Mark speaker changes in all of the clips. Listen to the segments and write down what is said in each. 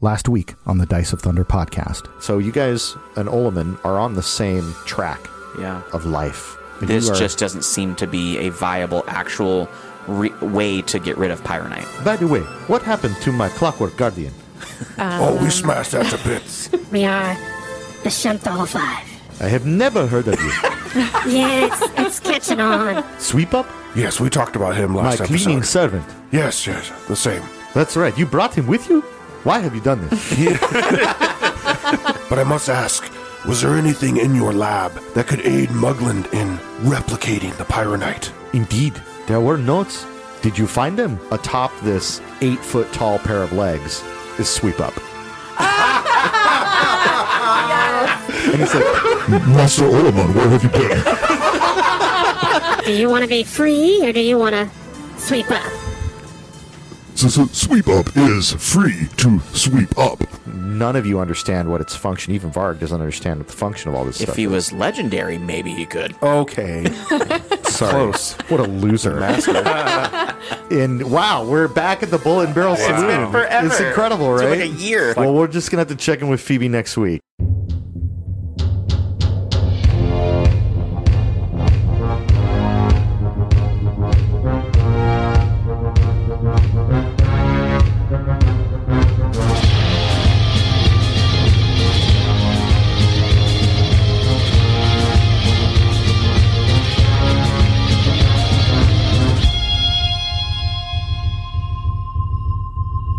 Speaker 1: last week on the Dice of Thunder podcast.
Speaker 2: So you guys and Oleman are on the same track
Speaker 3: Yeah.
Speaker 2: of life. And Uh,
Speaker 3: This
Speaker 2: you are-
Speaker 3: just doesn't seem to be a viable, actual re- way to get rid of Pyronite.
Speaker 2: By the way, what happened to my clockwork guardian?
Speaker 4: Oh, we smashed that to bits.
Speaker 5: We are the Shemthal Five.
Speaker 2: I have never heard of you.
Speaker 5: Yeah, it's, it's catching on.
Speaker 2: Sweep up?
Speaker 4: yes, we talked about him
Speaker 2: My
Speaker 4: last
Speaker 2: cleaning
Speaker 4: episode.
Speaker 2: servant.
Speaker 4: Yes, yes, the same.
Speaker 2: That's right. You brought him with you? Why have you done this?
Speaker 4: But I must ask, was there anything in your lab that could aid Mugland in replicating the Pyronite?
Speaker 2: Indeed, there were notes. Did you find them? Atop this eight foot tall pair of legs is Sweep Up. and he's like,
Speaker 6: Master Olamon, where have you been?
Speaker 5: Do you want to be free or do you want to sweep up?
Speaker 6: So, so sweep up is free to sweep up.
Speaker 2: none of you understand what its function. Even Varg doesn't understand what the function of all this
Speaker 3: If
Speaker 2: stuff
Speaker 3: he was legendary, maybe he could.
Speaker 4: Okay.
Speaker 2: is. Sorry. What a loser. and wow, we're back at the bullet and barrel saloon.
Speaker 3: been forever.
Speaker 2: It's incredible,
Speaker 3: It's been
Speaker 2: right?
Speaker 3: like a year.
Speaker 2: Well, we're just going to have to check in with Phoebe next week.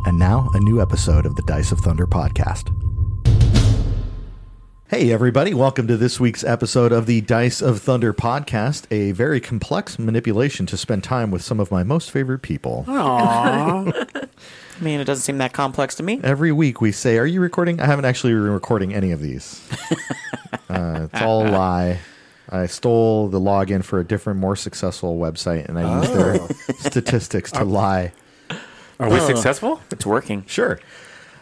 Speaker 2: And now, a new episode of the Dice of Thunder podcast. Hey, everybody, welcome to this week's episode of the Dice of Thunder podcast, a very complex manipulation to spend time with some of my most favorite people.
Speaker 3: I mean, it doesn't seem that complex to me.
Speaker 2: Every week we say, Are you recording? I haven't actually been recording any of these. uh, it's all a lie. I stole the login for a different, more successful website, and I used
Speaker 3: Oh.
Speaker 2: their statistics to lie.
Speaker 7: Are we successful?
Speaker 3: It's working.
Speaker 2: Sure.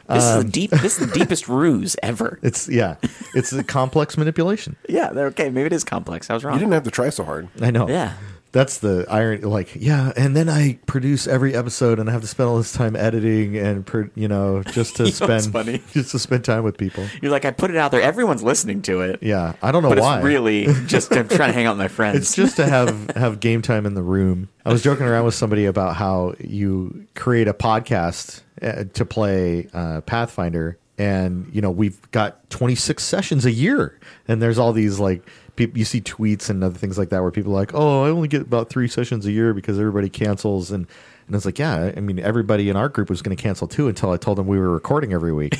Speaker 3: This
Speaker 2: Um,
Speaker 3: is the deep. This is the deepest ruse ever.
Speaker 2: It's, yeah, it's a complex manipulation.
Speaker 3: Yeah. they're- Okay. Maybe it is complex. I was
Speaker 4: You
Speaker 3: wrong.
Speaker 4: didn't have to try so hard.
Speaker 2: I know.
Speaker 3: Yeah.
Speaker 2: That's the iron. Like, yeah. And then I produce every episode, and I have to spend all this time editing and, pro- you know, just to
Speaker 3: You know what's
Speaker 2: spend
Speaker 3: funny?
Speaker 2: just to spend time with people.
Speaker 3: You're like, I put it out there. Everyone's listening to it.
Speaker 2: Yeah, I don't know
Speaker 3: But
Speaker 2: why.
Speaker 3: it's really just I'm trying to hang out with my friends.
Speaker 2: It's just to have have game time in the room. I was joking around with somebody about how you create a podcast uh, to play uh, Pathfinder, and you know we've got 26 sessions a year, and there's all these like peop you see tweets and other things like that where people are like, oh, I only get about three sessions a year because everybody cancels and. And it's like, yeah, I mean, everybody in our group was going to cancel too until I told them we were recording every week.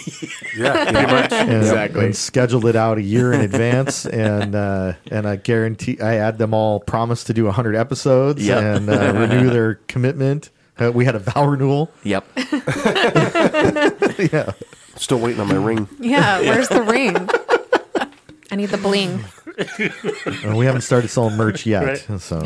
Speaker 7: Yeah, pretty much.
Speaker 2: and, and scheduled it out a year in advance and uh, and I guarantee I had them all promise to do 100 episodes
Speaker 3: Yep.
Speaker 2: and uh, renew their commitment. Uh, we had a vow renewal.
Speaker 3: yep.
Speaker 4: Still waiting on my ring.
Speaker 8: Yeah, where's the ring? I need the bling.
Speaker 2: And we haven't started selling merch yet. So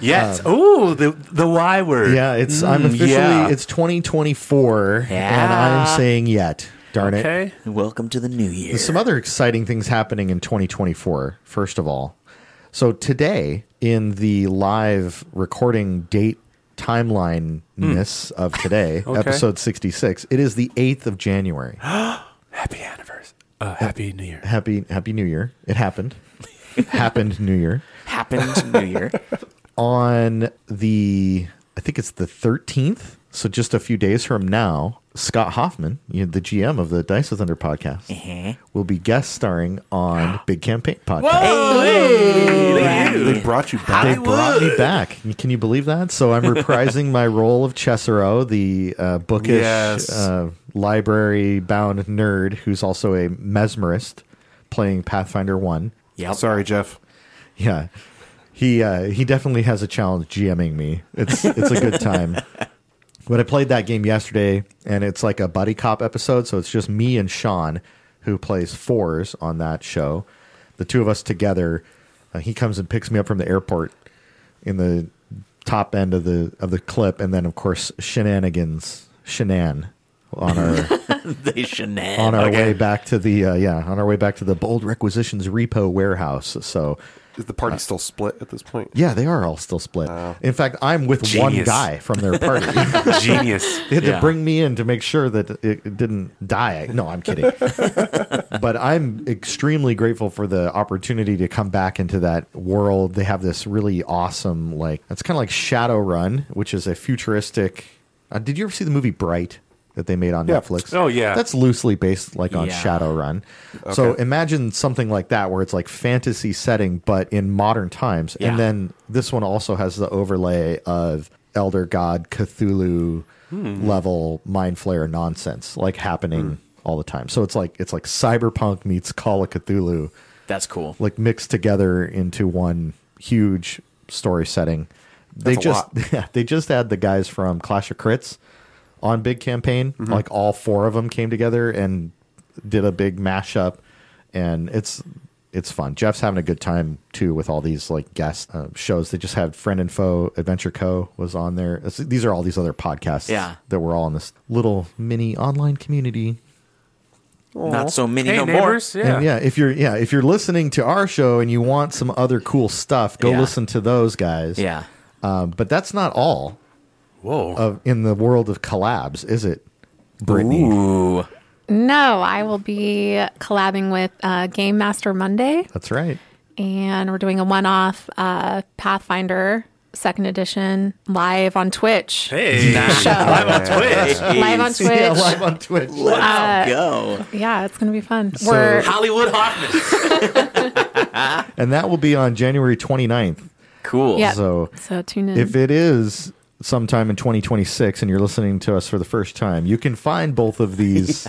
Speaker 7: Yes.
Speaker 3: Um,
Speaker 7: oh, the the Y word.
Speaker 2: yeah, it's I'm officially
Speaker 7: Mm, yeah.
Speaker 2: it's 2024 and I'm saying yet. Darn it.
Speaker 7: Okay.
Speaker 3: Welcome to the new year.
Speaker 2: Some other exciting things happening in 2024, first of all. So, today, in the live recording date timeline ness of today, episode 66, it is the 8th of January.
Speaker 7: Happy anniversary. Uh, happy New Year.
Speaker 2: happy, happy New Year. It happened. happened New Year.
Speaker 3: Happened New Year.
Speaker 2: On the, I think it's the 13th. So, just a few days from now, Scott Hoffman, you know, the GM of the Dice of Thunder podcast, will be guest starring on Big Campaign Podcast.
Speaker 4: They brought you
Speaker 2: They
Speaker 4: back.
Speaker 2: brought me back. Can you believe that? So I'm reprising my role of Cesaro, the uh, bookish,
Speaker 7: Yes.
Speaker 2: uh, library-bound nerd who's also a mesmerist, playing Pathfinder One.
Speaker 3: Yep.
Speaker 4: Sorry, Jeff.
Speaker 2: Yeah, he uh, he definitely has a challenge GMing me. It's it's a good time. But I played that game yesterday, and it's like a buddy cop episode. So it's just me and Sean, who plays fours on that show. The two of us together. Uh, he comes and picks me up from the airport in the top end of the of the clip, and then of course shenanigans, shenan on our
Speaker 3: They shenan.
Speaker 2: on our way back to the uh, yeah on our way back to the bold requisitions repo warehouse. So
Speaker 9: Is the party still split at this point?
Speaker 2: Yeah, they are all still split. In fact, I'm with one
Speaker 7: Genius.
Speaker 2: guy from their party.
Speaker 7: Genius.
Speaker 2: They had
Speaker 3: Yeah.
Speaker 2: to bring me in to make sure that it it didn't die. No, I'm kidding. but I'm extremely grateful for the opportunity to come back into that world. They have this really awesome, like, it's kind of like Shadowrun, which is a futuristic. Uh, did you ever see the movie Bright that they made on
Speaker 9: Yeah.
Speaker 2: Netflix?
Speaker 7: Oh, yeah.
Speaker 2: That's loosely based, like, on
Speaker 3: Yeah.
Speaker 2: Shadowrun. So imagine something like that where it's like fantasy setting, but in modern times.
Speaker 3: Yeah.
Speaker 2: And then this one also has the overlay of elder god cthulhu level mind flayer nonsense like happening all the time so it's like it's like cyberpunk meets call of cthulhu
Speaker 3: That's cool.
Speaker 2: like mixed together into one huge story setting they
Speaker 9: That's a
Speaker 2: just they just had the guys from clash of crits on big campaign like all four of them came together and did a big mashup and it's it's fun jeff's having a good time too with all these like guest uh, shows they just had friend and foe adventure co was on there It's- these are all these other podcasts
Speaker 3: Yeah.
Speaker 2: that were all in this little mini online community
Speaker 3: Not so many
Speaker 7: Hey,
Speaker 3: no
Speaker 7: neighbors.
Speaker 2: yeah.
Speaker 7: Yeah.
Speaker 2: yeah, if you're yeah, if you're listening to our show and you want some other cool stuff, go
Speaker 3: Yeah.
Speaker 2: listen to those guys.
Speaker 3: more. Yeah.
Speaker 2: Um, but that's not all
Speaker 7: Whoa.
Speaker 2: of in the world of collabs, is it? Brittany.
Speaker 3: Ooh.
Speaker 8: No, I will be collabing with uh, Game Master Monday,
Speaker 2: That's right.
Speaker 8: and we're doing a one-off uh, Pathfinder Second Edition live on Twitch.
Speaker 7: hey.
Speaker 3: Nice.
Speaker 7: Live on Twitch.
Speaker 8: Live on
Speaker 2: Yeah, live on Twitch.
Speaker 8: Twitch. Yeah,
Speaker 3: Let's go.
Speaker 8: it's gonna be fun. we're
Speaker 3: Hollywood Hoffman.
Speaker 2: And that will be on January 29th.
Speaker 3: Cool.
Speaker 8: yeah.
Speaker 2: So
Speaker 8: so tune in.
Speaker 2: if it is sometime in 2026 and you're listening to us for the first time, you can find both of these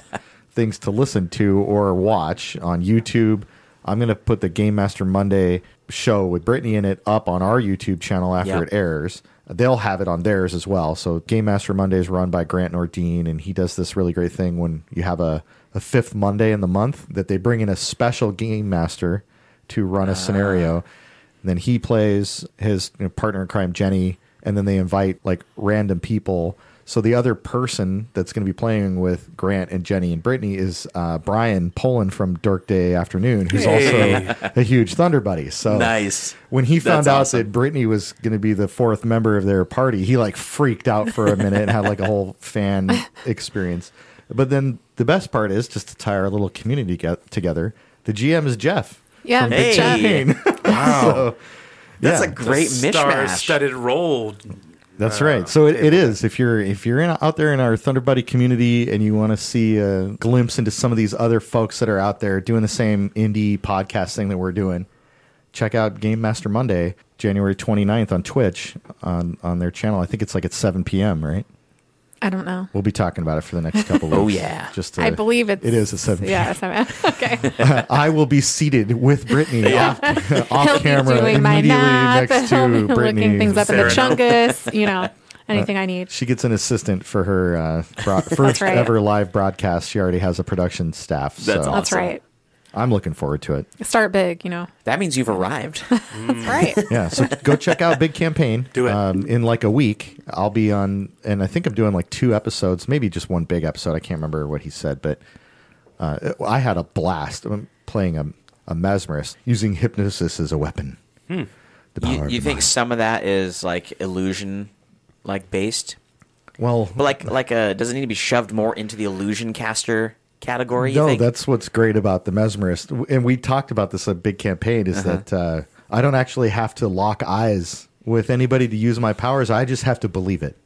Speaker 2: things to listen to or watch on YouTube. I'm going to put the Game Master Monday show with Brittany in it up on our YouTube channel after
Speaker 3: Yep.
Speaker 2: it airs. They'll have it on theirs as well. So Game Master Monday is run by Grant Nordine, and he does this really great thing when you have a, a fifth Monday in the month that they bring in a special Game Master to run a scenario.
Speaker 3: Ah.
Speaker 2: And then he plays his you know, partner in crime, Jenny, and then they invite like random people. So the other person that's going to be playing with Grant and Jenny and Brittany is uh, Brian Poland from Dark Day Afternoon, who's
Speaker 7: Hey.
Speaker 2: also a huge Thunder buddy. So
Speaker 3: Nice.
Speaker 2: when he found
Speaker 3: That's
Speaker 2: out
Speaker 3: awesome.
Speaker 2: that Brittany was going to be the fourth member of their party, he like freaked out for a minute and had like a whole fan experience. But then the best part is just to tie our little community get- together. The GM is Jeff.
Speaker 8: yeah,
Speaker 2: from Big
Speaker 8: Jeff.
Speaker 3: Hey.
Speaker 2: Champagne.
Speaker 9: Wow.
Speaker 3: That's
Speaker 2: Yeah.
Speaker 3: a great mishmash.
Speaker 7: Star-studded role.
Speaker 2: That's right. So it, it is. If you're if you're in, out there in our Thunder Buddy community and you want to see a glimpse into some of these other folks that are out there doing the same indie podcast thing that we're doing, check out Game Master Monday, January 29th on Twitch on on their channel. I think it's like at 7 p.m. Right?
Speaker 8: I don't know.
Speaker 2: We'll be talking about it for the next couple.
Speaker 3: Oh,
Speaker 2: weeks.
Speaker 3: yeah.
Speaker 2: Just to,
Speaker 8: I believe it's
Speaker 2: it is at 7 p.m.
Speaker 8: Yeah, seven. okay.
Speaker 2: I will be seated with Brittany off, off
Speaker 8: He'll
Speaker 2: camera
Speaker 8: be doing my
Speaker 2: immediately
Speaker 8: math.
Speaker 2: next
Speaker 8: He'll
Speaker 2: to
Speaker 8: be
Speaker 2: Brittany.
Speaker 8: looking things up in the
Speaker 7: Fair enough.
Speaker 8: chungus. You know, anything I need.
Speaker 2: She gets an assistant for her uh, bro- first
Speaker 8: right.
Speaker 2: ever live broadcast. She already has a production staff.
Speaker 3: That's
Speaker 2: so
Speaker 3: awesome.
Speaker 8: That's right.
Speaker 2: I'm looking forward to it.
Speaker 8: Start big. You know.
Speaker 3: That means you've arrived.
Speaker 8: That's right.
Speaker 2: Yeah. So go check out Big Campaign.
Speaker 7: Do it.
Speaker 2: Um, in like a week, I'll be on, and I think I'm doing like two episodes, maybe just one big episode. I can't remember what he said, but uh, I had a blast I'm playing a, a mesmerist using hypnosis as a weapon. The power
Speaker 3: Hmm. you,
Speaker 2: of
Speaker 3: you
Speaker 2: the
Speaker 3: think
Speaker 2: mind.
Speaker 3: some of that is like illusion, like based,
Speaker 2: Well,
Speaker 3: but like like uh does it need to be shoved more into the illusion caster category? you
Speaker 2: No,
Speaker 3: think?
Speaker 2: that's what's great about the mesmerist, and we talked about this at big campaign. Is
Speaker 3: Uh-huh.
Speaker 2: that uh, I don't actually have to lock eyes with anybody to use my powers. I just have to believe it.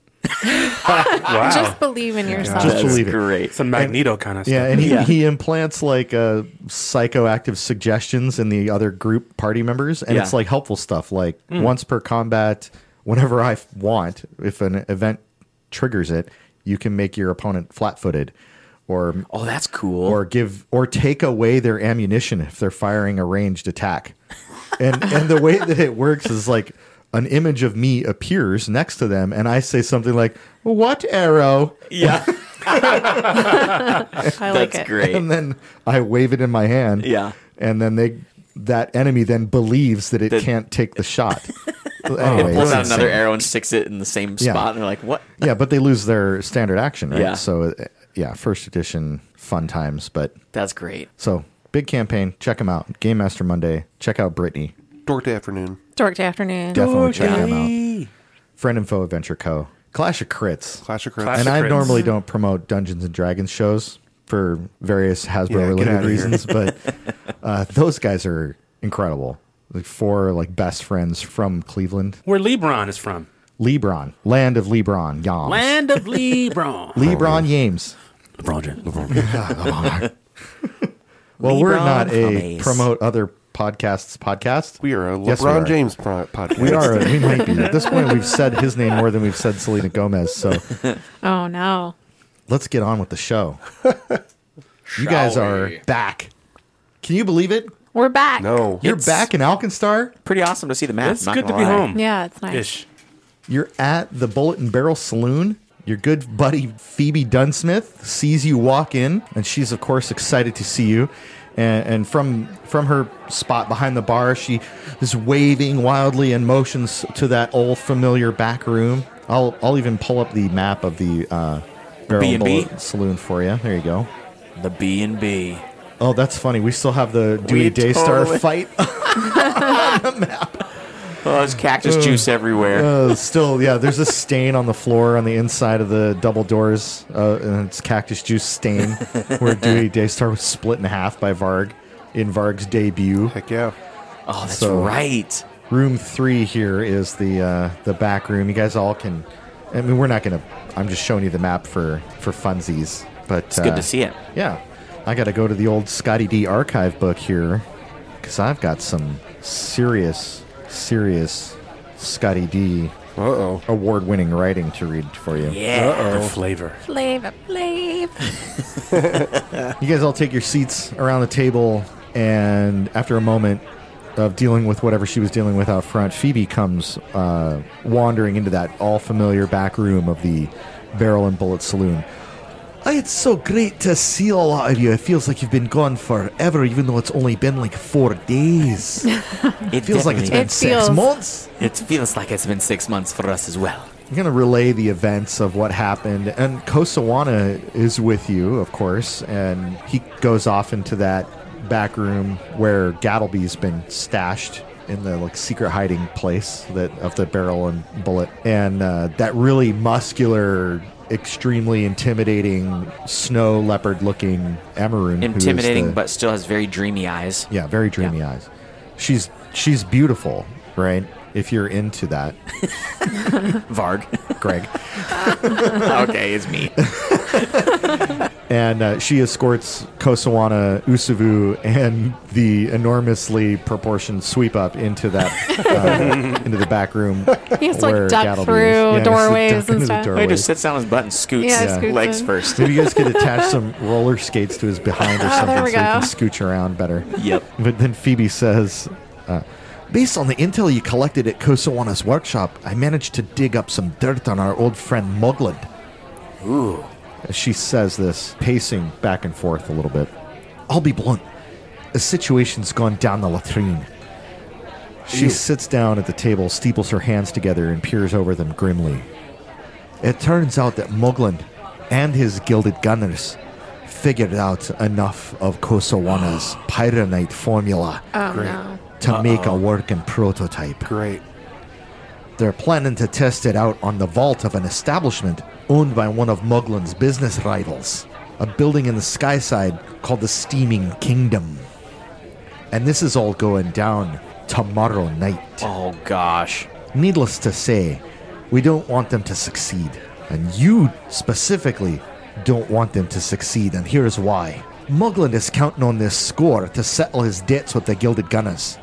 Speaker 7: Wow.
Speaker 8: Just believe in yourself.
Speaker 2: Just believe it.
Speaker 3: great.
Speaker 7: it's a Magneto kind of stuff.
Speaker 2: Yeah, and he,
Speaker 3: Yeah.
Speaker 2: he implants like uh, psychoactive suggestions in the other group party members, and
Speaker 3: Yeah. Hmm.
Speaker 2: it's like helpful stuff, like once per combat, whenever I f- want, if an event triggers it, you can make your opponent flat-footed, or
Speaker 3: Oh, that's cool.
Speaker 2: or give or take away their ammunition if they're firing a ranged attack. And and the way that it works is like an image of me appears next to them and I say something like, "What arrow?"
Speaker 3: yeah,
Speaker 8: I like
Speaker 3: that's
Speaker 8: it.
Speaker 3: great.
Speaker 2: And then I wave it in my hand.
Speaker 3: Yeah.
Speaker 2: And then they that enemy then believes that it
Speaker 3: That-
Speaker 2: can't take the shot.
Speaker 3: It
Speaker 2: anyway,
Speaker 3: pulls
Speaker 2: it's
Speaker 3: out another
Speaker 2: insane.
Speaker 3: arrow and sticks it in the same
Speaker 2: Yeah.
Speaker 3: spot, and they're like, "What?
Speaker 2: Yeah, but they lose their standard action, right?
Speaker 3: Yeah.
Speaker 2: So uh, yeah, first edition fun times, but
Speaker 3: That's great."
Speaker 2: So big campaign. Check them out. Game Master Monday. Check out Brittany.
Speaker 9: Dork Day Afternoon.
Speaker 8: Dork Day Afternoon.
Speaker 2: Definitely check them out. Friend and Foe Adventure Co. Clash of Crits.
Speaker 9: Clash of Crits.
Speaker 7: Clash
Speaker 2: and
Speaker 7: of
Speaker 2: I
Speaker 7: Crits.
Speaker 2: normally don't promote Dungeons and Dragons shows for various Hasbro
Speaker 9: Yeah, get
Speaker 2: related
Speaker 9: outta here.
Speaker 2: reasons, but uh, those guys are incredible. Like four like best friends from Cleveland,
Speaker 7: Where Lebron is from.
Speaker 2: Lebron, land of Lebron, Yams,
Speaker 7: Land of Lebron.
Speaker 2: Lebron Yames.
Speaker 7: LeBron James.
Speaker 2: Well, we're not a
Speaker 3: Lebron James.
Speaker 2: promote other podcasts podcast.
Speaker 9: We are a LeBron
Speaker 2: Yes, we are.
Speaker 9: James pro- podcast.
Speaker 2: We are. We might be. At this point, we've said his name more than we've said Selena Gomez. So
Speaker 8: Oh no.
Speaker 2: let's get on with the show. you guys are back. Can you believe it?
Speaker 8: We're back.
Speaker 9: No.
Speaker 2: You're
Speaker 3: It's-
Speaker 2: back in Alkenstar.
Speaker 3: Pretty awesome to see the map.
Speaker 7: It's
Speaker 3: not
Speaker 7: good to
Speaker 3: gonna
Speaker 7: be
Speaker 3: lie.
Speaker 7: home.
Speaker 8: Yeah, it's nice.
Speaker 7: Ish.
Speaker 2: You're at the Bullet and Barrel Saloon. Your good buddy Phoebe Dunsmith sees you walk in, and she's of course excited to see you. And, and from from her spot behind the bar, she is waving wildly and motions to that old familiar back room. I'll I'll even pull up the map of the uh, Barrel and
Speaker 3: B&B?
Speaker 2: Bullet Saloon for you. There you go.
Speaker 3: The B and B.
Speaker 2: Oh, that's funny. We still have the Dewey
Speaker 3: We
Speaker 2: Daystar
Speaker 3: totally-
Speaker 2: fight.
Speaker 3: Oh, there's cactus juice everywhere.
Speaker 2: Uh, still, yeah, there's a stain on the floor on the inside of the double doors, uh, and it's cactus juice stain where Dewey Daystar was split in half by Varg in Varg's debut.
Speaker 9: Heck yeah.
Speaker 3: oh, that's
Speaker 2: so-
Speaker 3: right.
Speaker 2: Room three here is the uh, the back room. You guys all can. I mean, we're not gonna. I'm just showing you the map for for funsies. But uh,
Speaker 3: It's good to see it.
Speaker 2: Yeah, I got to go to the old Scotty D archive book here because I've got some serious, serious Scotty D
Speaker 9: Uh oh.
Speaker 2: award-winning writing to read for you.
Speaker 3: Yeah.
Speaker 7: The flavor.
Speaker 8: Flavor, flavor.
Speaker 2: You guys all take your seats around the table, and after a moment of dealing with whatever she was dealing with out front, Phoebe comes uh, wandering into that all familiar back room of the Barrel and Bullet Saloon. It's so great to see a lot of you. It feels like you've been gone forever, even though it's only been like four days. It
Speaker 3: It
Speaker 2: feels like it's
Speaker 3: definitely-
Speaker 2: been
Speaker 8: It
Speaker 2: six
Speaker 8: feels-
Speaker 2: months.
Speaker 3: It feels like it's been six months for us as well.
Speaker 2: I'm going to relay the events of what happened. And Kosawana is with you, of course. And he goes off into that back room where Gattleby's been stashed in the like secret hiding place that of the barrel and bullet. And uh, that really muscular, extremely intimidating, snow leopard looking Amaroon. who is
Speaker 3: Intimidating,
Speaker 2: the-
Speaker 3: but still has very dreamy eyes.
Speaker 2: yeah, very dreamy eyes. She's she's beautiful, right? If you're into that,
Speaker 3: Varg.
Speaker 2: Greg.
Speaker 3: okay, it's me.
Speaker 2: and uh, she escorts Kosawana, Usuvu, and the enormously proportioned sweep up into that uh, into the back room.
Speaker 8: He has to like
Speaker 2: where
Speaker 8: duck
Speaker 2: Gattleby is.
Speaker 8: through
Speaker 2: Yeah, he has to duck
Speaker 8: doorways
Speaker 2: into
Speaker 8: and
Speaker 2: the
Speaker 8: stuff.
Speaker 2: doorway.
Speaker 3: He just sits down on his butt and scoots
Speaker 8: Yeah,
Speaker 3: his
Speaker 8: scoots
Speaker 3: legs
Speaker 8: in.
Speaker 3: first.
Speaker 2: Maybe you guys could attach some roller skates to his behind or something so
Speaker 8: we
Speaker 2: he can
Speaker 8: go.
Speaker 2: scooch around better.
Speaker 3: Yep.
Speaker 2: But then Phoebe says, uh, Based on the intel you collected at Kosawana's workshop, I managed to dig up some dirt on our old friend Mogland.
Speaker 3: Ooh.
Speaker 2: As she says this, pacing back and forth a little bit. I'll be blunt. The situation's gone down the latrine. She sits down at the table, steeples her hands together, and peers over them grimly. It turns out that Mugland and his gilded gunners figured out enough of Kosawana's pyronite formula
Speaker 8: Oh no.
Speaker 2: to make a working prototype.
Speaker 9: Great.
Speaker 2: They're planning to test it out on the vault of an establishment owned by one of Muglin's business rivals, a building in the skyside called the Steaming Kingdom. And this is all going down tomorrow night.
Speaker 3: Oh gosh.
Speaker 2: Needless to say, we don't want them to succeed. And you specifically don't want them to succeed, and here's why. Mugland is counting on this score to settle his debts with the Gilded Gunners.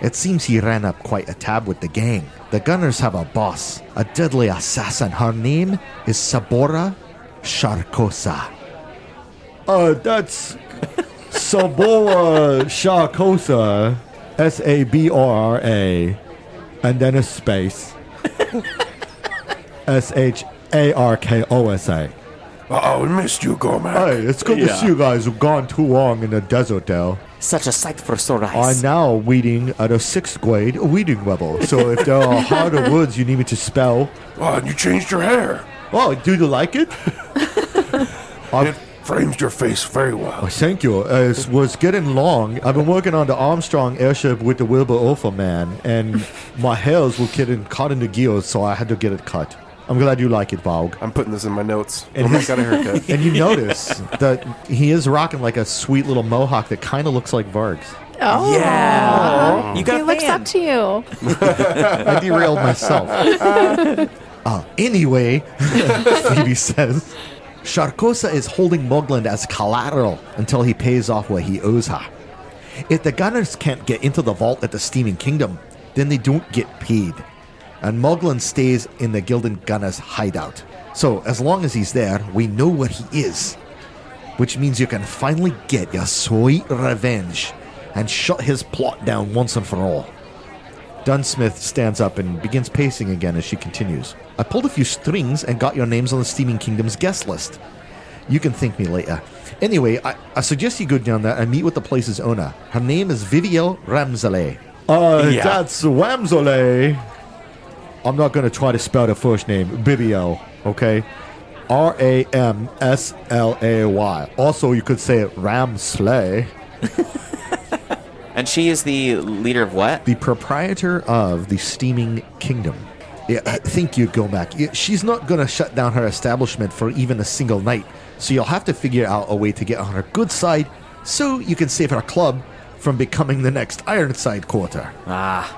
Speaker 2: It seems he ran up quite a tab with the gang. The Gunners have a boss, a deadly assassin. Her name is Sabora Sharkosa. Uh, that's Sabora Sharkosa. S A B O R A and then a space. S H A R K O S A.
Speaker 9: Uh oh, we missed you, Gorman.
Speaker 2: Hey, it's good to see you guys who've gone too long in the desert there.
Speaker 3: Such a sight for sore
Speaker 2: I'm
Speaker 3: eyes.
Speaker 2: now weeding at a sixth grade weeding level, so if there are harder words you need me to spell,
Speaker 9: oh, and you changed your hair.
Speaker 2: oh, do you like it? I've,
Speaker 9: Frames your face very well.
Speaker 2: Thank you. Uh, it was getting long. I've been working on the Armstrong airship with the Wilbur Alpha man, and my hairs were getting caught in the gears, so I had to get it cut. I'm glad you like it, Vaug.
Speaker 9: I'm putting this in my notes.
Speaker 2: And
Speaker 9: oh my
Speaker 2: his-
Speaker 9: god, a haircut.
Speaker 2: And you notice that he is rocking like a sweet little mohawk that kind of looks like Varg's.
Speaker 8: Oh, Uh-huh.
Speaker 3: Yeah. You got
Speaker 8: he
Speaker 3: a
Speaker 8: looks
Speaker 3: fan.
Speaker 8: up to you.
Speaker 2: I derailed myself. Uh, anyway, Phoebe says, Sharkosa is holding Mogland as collateral until he pays off what he owes her. If the gunners can't get into the vault at the Steaming Kingdom, then they don't get paid. And Mogland stays in the Gildan Gunners hideout. So as long as he's there, we know where he is. Which means you can finally get your sweet revenge and shut his plot down once and for all. Dunsmith stands up and begins pacing again as she continues. I pulled a few strings and got your names on the Steaming Kingdom's guest list. You can thank me later. Anyway, I, I suggest you go down there and meet with the place's owner. Her name is Vivielle Ramsale. Uh,
Speaker 7: Yeah.
Speaker 2: that's Ramsale. I'm not going to try to spell the first name, Vivielle, okay? R A M S L A Y. Also, you could say Ramslay.
Speaker 3: And she is the leader of what?
Speaker 2: the proprietor of the Steaming Kingdom. Yeah, I think you, Gomack. Yeah, She's not going to shut down her establishment for even a single night, so you'll have to figure out a way to get on her good side so you can save her club from becoming the next Ironside quarter. Ah.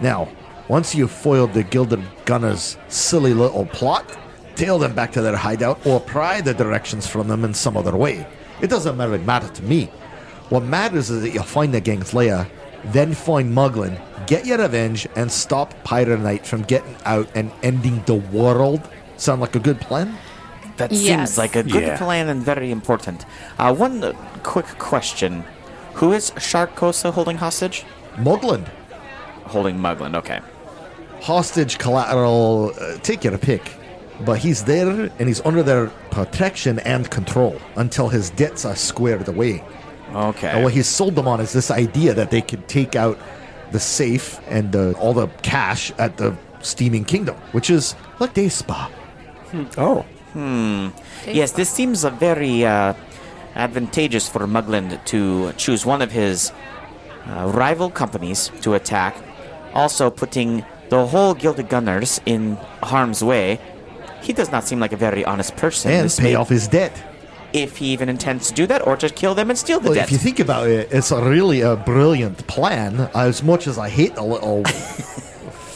Speaker 2: Now, once you've foiled the Gilded Gunner's silly little plot, tail them back to their hideout or pry the directions from them in some other way. It doesn't really matter to me. What matters is that you find the gang's lair, then find Muglin, get your revenge, and stop Pyronite from getting out and ending the world. Sound like a good plan?
Speaker 3: That
Speaker 8: Yes.
Speaker 3: seems like a good
Speaker 7: Yeah.
Speaker 3: plan and very important. Uh, one uh, quick question. Who is Sharkosa holding hostage?
Speaker 2: Muglin,
Speaker 3: Holding Muglin, okay.
Speaker 2: hostage, collateral, uh, take your pick. But he's there and he's under their protection and control until his debts are squared away. And
Speaker 3: Okay.
Speaker 2: what he's sold them on is this idea that they could take out the safe and uh, all the cash at the Steaming Kingdom, which is like day spa.
Speaker 9: Oh.
Speaker 3: Yes, this seems a very uh, advantageous for Mugland to choose one of his uh, rival companies to attack, also putting the whole Gilded Gunners in harm's way. He does not seem like a very honest person.
Speaker 2: and
Speaker 3: This
Speaker 2: pay
Speaker 3: may-
Speaker 2: off his debt.
Speaker 3: if he even intends to do that, or to kill them and steal the
Speaker 2: Well,
Speaker 3: debt.
Speaker 2: if you think about it, it's a really a brilliant plan. As much as I hate a little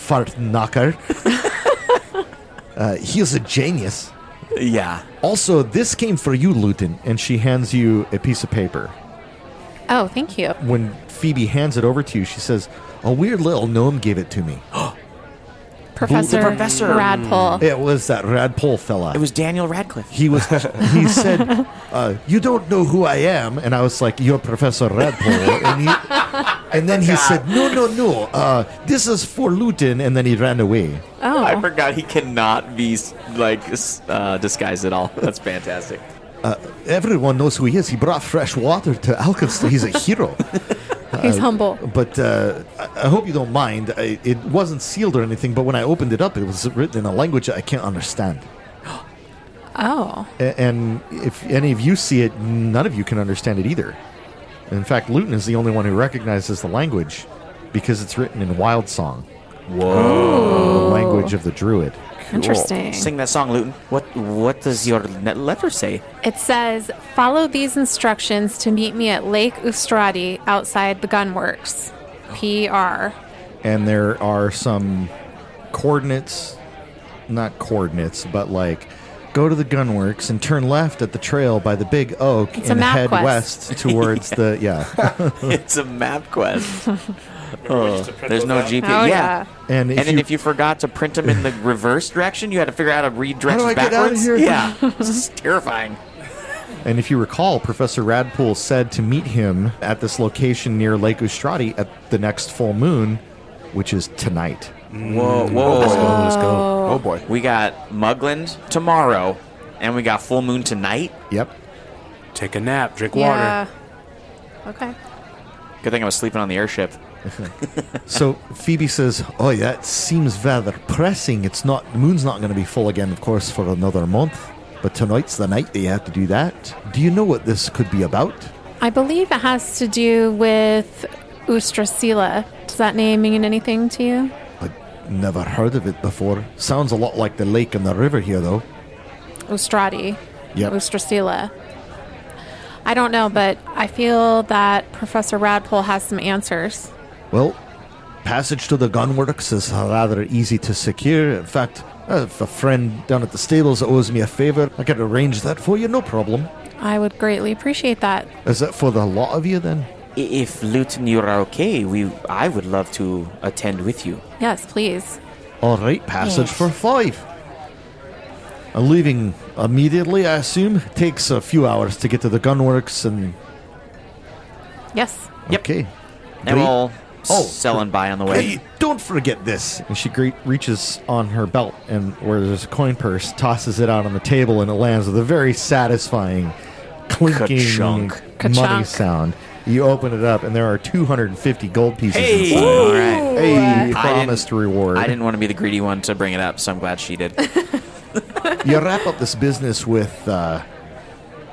Speaker 2: fart knocker, uh, he's a genius.
Speaker 3: yeah.
Speaker 2: Also, this came for you, Luton, and she hands you a piece of paper.
Speaker 8: Oh, thank you.
Speaker 2: When Phoebe hands it over to you, she says, "A weird little gnome gave it to me.
Speaker 8: Professor,
Speaker 3: professor.
Speaker 8: Radpole.
Speaker 2: It was that Radpole fella.
Speaker 3: It was Daniel Radcliffe.
Speaker 2: he was he said uh, you don't know who i am and i was like you're professor redpool and, he, and then he said no no no uh, this is for luton and then he ran away
Speaker 8: Oh,
Speaker 3: I forgot he cannot be like uh, disguised at all. That's fantastic.
Speaker 2: everyone knows who he is he brought fresh water to alkenston he's a hero
Speaker 8: he's humble.
Speaker 2: but uh, I, I hope you don't mind I, it wasn't sealed or anything but when i opened it up it was written in a language that i can't understand
Speaker 8: Oh,
Speaker 2: A- and if any of you see it none of you can understand it either in fact luton is the only one who recognizes the language because it's written in wild song the language of the druid.
Speaker 8: interesting.
Speaker 3: Sing that song, Luton. What What does your ne- letter say?
Speaker 8: It says, follow these instructions to meet me at Lake Ustradi outside the gunworks. PR.
Speaker 2: And there are some coordinates, not coordinates, but like go to the gunworks and turn left at the trail by the big oak
Speaker 8: It's a
Speaker 2: and
Speaker 8: map
Speaker 2: head
Speaker 8: quest.
Speaker 2: west towards the yeah.
Speaker 3: It's a map quest. There's no GPS.
Speaker 8: Oh, yeah.
Speaker 2: Oh. And if
Speaker 3: and then
Speaker 2: you,
Speaker 3: if you forgot to print them in the reverse direction, you had to figure out how to read directions
Speaker 2: I get
Speaker 3: backwards.
Speaker 2: out of here?
Speaker 3: Yeah, this is terrifying.
Speaker 2: and if you recall, Professor Radpool said to meet him at this location near Lake Ustrati at the next full moon, which is tonight. Oh,
Speaker 3: Whoa, whoa!
Speaker 9: Let's go. Oh boy.
Speaker 3: We got Mugland tomorrow, and we got full moon tonight.
Speaker 2: Yep.
Speaker 7: Take a nap, drink
Speaker 8: Yeah.
Speaker 7: water.
Speaker 8: Okay.
Speaker 3: Good thing I was sleeping on the airship.
Speaker 2: So Phoebe says, "Oh, that seems rather pressing. It's not moon's not going to be full again, of course, for another month." But tonight's the night that you have to do that. Do you know what this could be about?
Speaker 8: I believe it has to do with Ustrasila. Does that name mean anything to you?
Speaker 2: I never heard of it before. Sounds a lot like the lake and the river here, though.
Speaker 8: Ustradi.
Speaker 2: Yep.
Speaker 8: Ustrasila. I don't know, but I feel that Professor Radpole has some answers.
Speaker 2: Well, passage to the gunworks is rather easy to secure. In fact, if a friend down at the stables owes me a favor, I can arrange that for you, no problem.
Speaker 8: I would greatly appreciate that.
Speaker 2: Is that for the lot of you then?
Speaker 3: I- If Luton, you are okay, we I would love to attend with you.
Speaker 8: Yes, please.
Speaker 2: All right, passage
Speaker 5: Yes.
Speaker 2: for five. Uh, leaving immediately, I assume. Takes a few hours to get to the gunworks and.
Speaker 8: Yes.
Speaker 3: Yep.
Speaker 2: Okay. Great.
Speaker 3: And we'll s-
Speaker 2: Oh,
Speaker 3: sell and buy on the way.
Speaker 2: Hey, don't forget this. And she gre- reaches on her belt and where there's a coin purse, tosses it out on the table, and it lands with a very satisfying clinking
Speaker 3: Ka-chunk.
Speaker 2: money
Speaker 8: Ka-chunk.
Speaker 2: sound. You open it up, and there are 250 gold pieces
Speaker 3: Hey,
Speaker 2: inside.
Speaker 3: all right.
Speaker 2: Hey,
Speaker 3: I didn't-
Speaker 2: promised reward.
Speaker 3: I didn't want to be the greedy one to bring it up, so I'm glad she did.
Speaker 2: you wrap up this business with uh,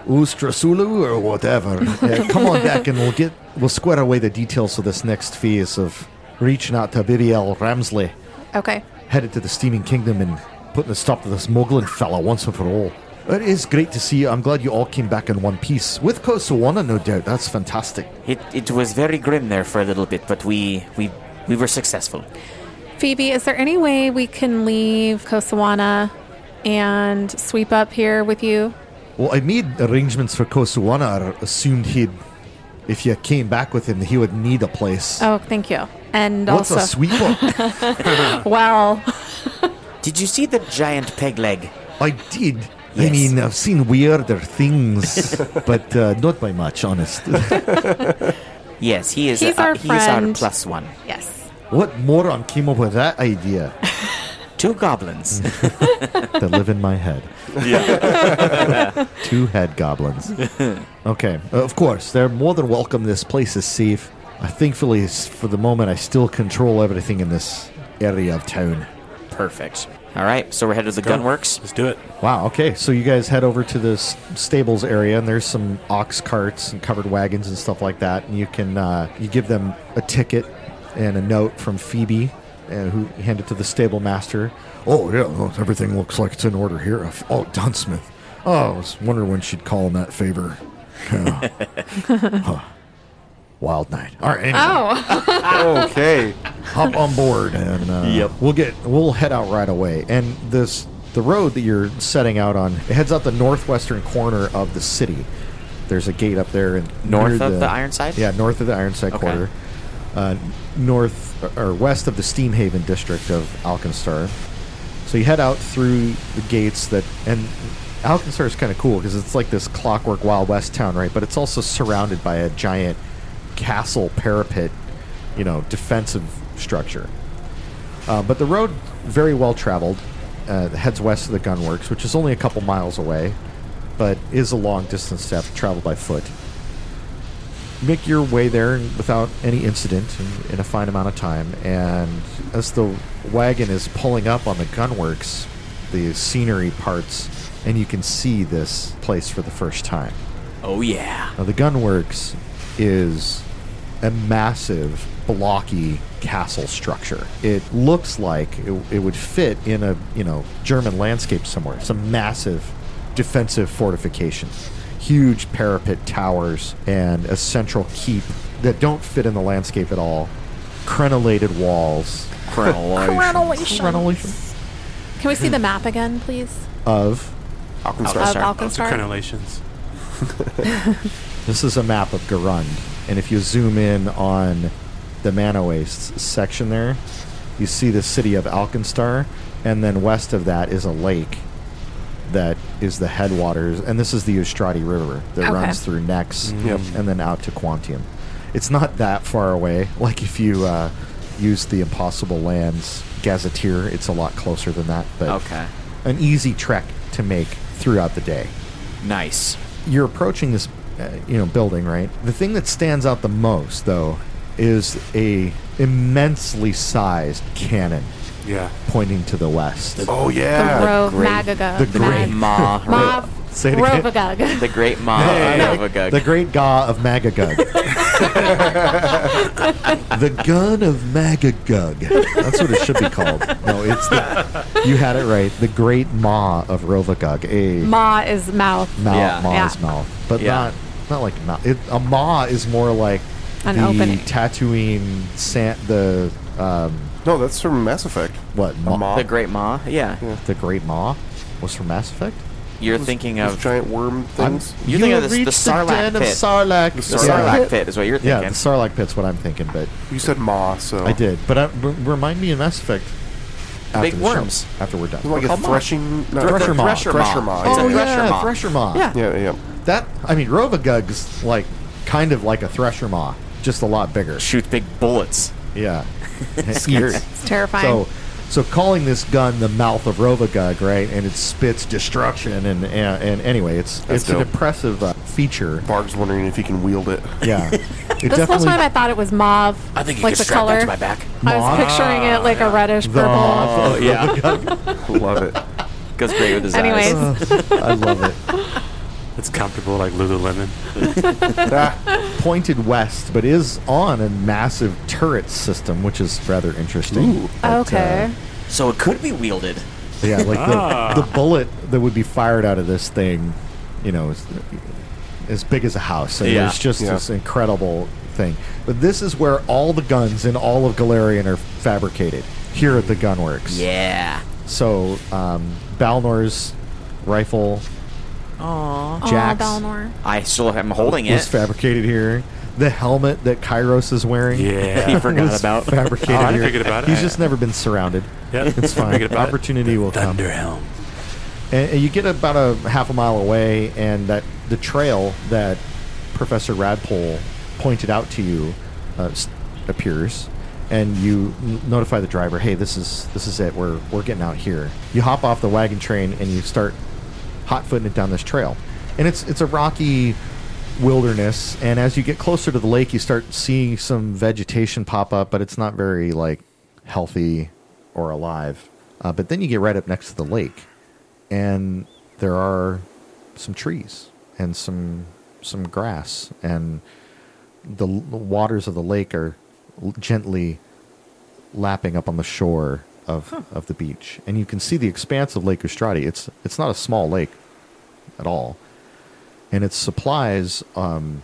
Speaker 2: Ustrasulu or whatever. Yeah, come on back and we'll get we'll square away the details of this next phase of reaching out to Bibiel Ramsley,
Speaker 8: Okay.
Speaker 2: headed to the Steaming Kingdom and putting a stop to this Moglin fella once and for all. It is great to see you. I'm glad you all came back in one piece. With Kosawana, no doubt. That's fantastic.
Speaker 3: It, it was very grim there for a little bit, but we we, we were successful.
Speaker 8: Phoebe, is there any way we can leave Kosawana and sweep up here with you?
Speaker 2: Well, I made arrangements for Kosawana. I assumed he'd, if you came back with him, he would need a place.
Speaker 8: Oh, thank you. And
Speaker 2: What's a
Speaker 8: also,
Speaker 2: sweep up?
Speaker 8: well,
Speaker 3: Did you see the giant peg leg?
Speaker 2: I did. I
Speaker 3: Yes.
Speaker 2: mean, I've seen weirder things, but uh, not by much, honest.
Speaker 3: Yes, he is.
Speaker 8: He's
Speaker 3: uh,
Speaker 8: our
Speaker 3: he is our
Speaker 8: friend.
Speaker 3: plus one.
Speaker 8: yes.
Speaker 2: what moron came up with that idea
Speaker 3: Two goblins.
Speaker 2: that live in my head? Two head goblins. Okay, uh, of course, they're more than welcome. This place is safe. I thankfully, s- for the moment, I still control everything in this area of town.
Speaker 3: Perfect. All right, so we're headed to the gunworks.
Speaker 7: Let's do it.
Speaker 2: Wow. Okay. So you guys head over to this stables area, and there's some ox carts and covered wagons and stuff like that. And you can uh, you give them a ticket and a note from Phoebe, uh, who handed to the stable master.
Speaker 6: Oh, yeah, well, everything looks like it's in order here. I've- Oh, Dunsmith. Oh, I was wondering when she'd call in that favor. Yeah.
Speaker 2: Wild night. All right. Anyway,
Speaker 8: Oh,
Speaker 9: okay.
Speaker 2: hop on board, and uh,
Speaker 9: Yep.
Speaker 2: we'll get we'll head out right away. And this the road that you're setting out on it heads out the northwestern corner of the city. There's a gate up there and
Speaker 3: North
Speaker 2: near
Speaker 3: of the Ironside?
Speaker 2: Yeah, north of the Ironside
Speaker 3: Okay.
Speaker 2: quarter, uh, north or west of the Steamhaven district of Alkenstar. So you head out through the gates that and Alkenstar is kind of cool because it's like this clockwork Wild West town, right? But it's also surrounded by a giant castle parapet, you know, defensive structure. Uh, but the road very well traveled. Uh, heads west of the gunworks, which is only a couple miles away, but is a long distance to have to travel by foot make your way there without any incident in, in a fine amount of time. And as the wagon is pulling up on the gunworks, the scenery parts, and you can see this place for the first time.
Speaker 3: Oh yeah.
Speaker 2: Now, the gunworks is a massive, blocky castle structure. It looks like it, it would fit in a you know German landscape somewhere. Some massive defensive fortification, huge parapet towers, and a central keep that don't fit in the landscape at all. Crenellated walls
Speaker 8: congratulations. Can we see the map again, please?
Speaker 2: of
Speaker 8: Of
Speaker 3: Sorry.
Speaker 7: The
Speaker 8: Alkenstar?
Speaker 7: crenellations.
Speaker 2: This is a map of Garund, and if you zoom in on the Mana Waste section there, you see the city of Alkenstar, and then west of that is a lake that is the headwaters, and this is the Ustrati River that
Speaker 8: Okay.
Speaker 2: runs through Nex
Speaker 9: Yep.
Speaker 2: and then out to Quantium. It's not that far away. Like if you uh, use the Impossible Lands Gazetteer, it's a lot closer than that, but
Speaker 3: Okay.
Speaker 2: an easy trek to make throughout the day
Speaker 3: Nice.
Speaker 2: you're approaching this uh, you know building right the thing that stands out the most though is a immensely sized cannon
Speaker 7: Yeah.
Speaker 2: pointing to the west.
Speaker 9: Oh,
Speaker 8: The
Speaker 9: yeah.
Speaker 8: Rove
Speaker 3: great-
Speaker 8: Magagug.
Speaker 2: the great
Speaker 3: Ma.
Speaker 8: Mav
Speaker 2: Say it again.
Speaker 8: Rovagug.
Speaker 3: The great Ma of Novagug.
Speaker 2: The great Ga of Magagug. the gun of Magagug. That's what it should be called. No, it's the. You had it right. The great Ma of Rovagug. A ma,
Speaker 8: Ma is mouth.
Speaker 3: Yeah.
Speaker 2: ma's
Speaker 8: Yeah.
Speaker 2: mouth, but
Speaker 3: Yeah.
Speaker 2: not not like ma. It, a ma is more like
Speaker 8: An
Speaker 2: the
Speaker 8: opening.
Speaker 2: Tatooine san, the um,
Speaker 9: No, that's from Mass Effect.
Speaker 2: what ma,
Speaker 9: maw.
Speaker 3: The great Ma. Yeah.
Speaker 2: the great Ma was from Mass Effect.
Speaker 3: You're thinking
Speaker 9: Those
Speaker 3: of
Speaker 9: giant worm things.
Speaker 2: You
Speaker 3: You're thinking
Speaker 2: have
Speaker 3: of this- the
Speaker 2: reached
Speaker 3: Sarlacc
Speaker 2: den of
Speaker 3: pit.
Speaker 2: Sarlacc.
Speaker 3: the
Speaker 9: Sarlacc
Speaker 3: Sarlacc
Speaker 9: pit.
Speaker 3: pit is what you're
Speaker 2: Yeah,
Speaker 3: thinking.
Speaker 2: the Sarlacc pit's what I'm thinking, but
Speaker 9: you said Ma, so.
Speaker 2: I did. But I, r- remind me of Mass Effect. After
Speaker 3: Big
Speaker 2: the
Speaker 3: worms.
Speaker 2: Show, after we're done.
Speaker 9: It's like a
Speaker 3: Called maw.
Speaker 9: threshing. No,
Speaker 2: Thresher maw.
Speaker 9: Thresher
Speaker 3: Thresher maw.
Speaker 9: maw,
Speaker 3: It's
Speaker 9: yeah.
Speaker 3: a
Speaker 2: oh
Speaker 3: thresher
Speaker 2: yeah,
Speaker 3: maw.
Speaker 2: thresher maw.
Speaker 3: Yeah.
Speaker 9: Yeah, yeah.
Speaker 2: That I mean, Rovagug's like kind of like a thresher maw, just a lot bigger.
Speaker 3: Shoot big bullets.
Speaker 2: Yeah.
Speaker 3: Scary.
Speaker 8: It's terrifying.
Speaker 2: so, so calling this gun the mouth of Rovagug, right? And it spits destruction, and and, and anyway, it's
Speaker 9: That's
Speaker 2: it's
Speaker 9: dope.
Speaker 2: an impressive uh, feature.
Speaker 9: Barb's wondering if he can wield it.
Speaker 2: Yeah. It
Speaker 8: this whole time I thought it was mauve.
Speaker 7: I think you
Speaker 8: like
Speaker 7: can
Speaker 8: the
Speaker 7: strap
Speaker 8: color.
Speaker 7: that to my back.
Speaker 8: I was
Speaker 2: Mauve?
Speaker 8: picturing it like a reddish
Speaker 2: the
Speaker 8: purple.
Speaker 3: Oh, yeah.
Speaker 9: Love it.
Speaker 3: Goes great with his
Speaker 8: Anyways,
Speaker 3: eyes.
Speaker 2: I love it.
Speaker 7: It's comfortable like Lululemon.
Speaker 9: Ah,
Speaker 2: pointed west, but is on a massive turret system, which is rather interesting. But,
Speaker 8: okay.
Speaker 3: So it could be wielded.
Speaker 2: uh, yeah, like the,
Speaker 7: Ah.
Speaker 2: the bullet that would be fired out of this thing, you know, is as big as a house. So
Speaker 3: Yeah.
Speaker 2: it's just
Speaker 9: Yeah.
Speaker 2: this incredible thing. But this is where all the guns in all of Galarian are fabricated here at the Gunworks.
Speaker 3: Yeah.
Speaker 2: So um, Balnor's rifle, Jax
Speaker 8: Aw, Balnor.
Speaker 3: I still am holding
Speaker 2: was
Speaker 3: it.
Speaker 2: fabricated here. The helmet that Kairos is wearing.
Speaker 3: He
Speaker 7: Yeah.
Speaker 3: forgot
Speaker 2: was
Speaker 3: about.
Speaker 2: fabricated
Speaker 7: Oh, I
Speaker 2: here.
Speaker 7: figured about it.
Speaker 2: He's just never been surrounded.
Speaker 7: Yeah.
Speaker 2: It's fine.
Speaker 7: Figured about it.
Speaker 2: Opportunity will come.
Speaker 7: Thunder Helm.
Speaker 2: And, and you get about a half a mile away, and that the trail that Professor Radpole pointed out to you uh, s- appears, and you n- notify the driver, "Hey, this is this is it. We're we're getting out here." You hop off the wagon train and you start hot footing it down this trail, and it's it's a rocky wilderness and as you get closer to the lake you start seeing some vegetation pop up but it's not very like healthy or alive uh, but then you get right up next to the lake and there are some trees and some some grass and the, l- the waters of the lake are l- gently lapping up on the shore of, of the beach and you can see the expanse of Lake Ustrati it's it's not a small lake at all and it supplies um,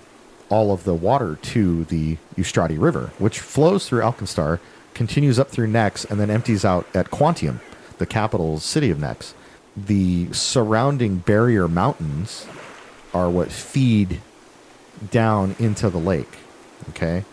Speaker 2: all of the water to the Ustrati River, which flows through Alkenstar, continues up through Nex, and then empties out at Quantium, the capital city of Nex. The surrounding barrier mountains are what feed down into the lake. Okay,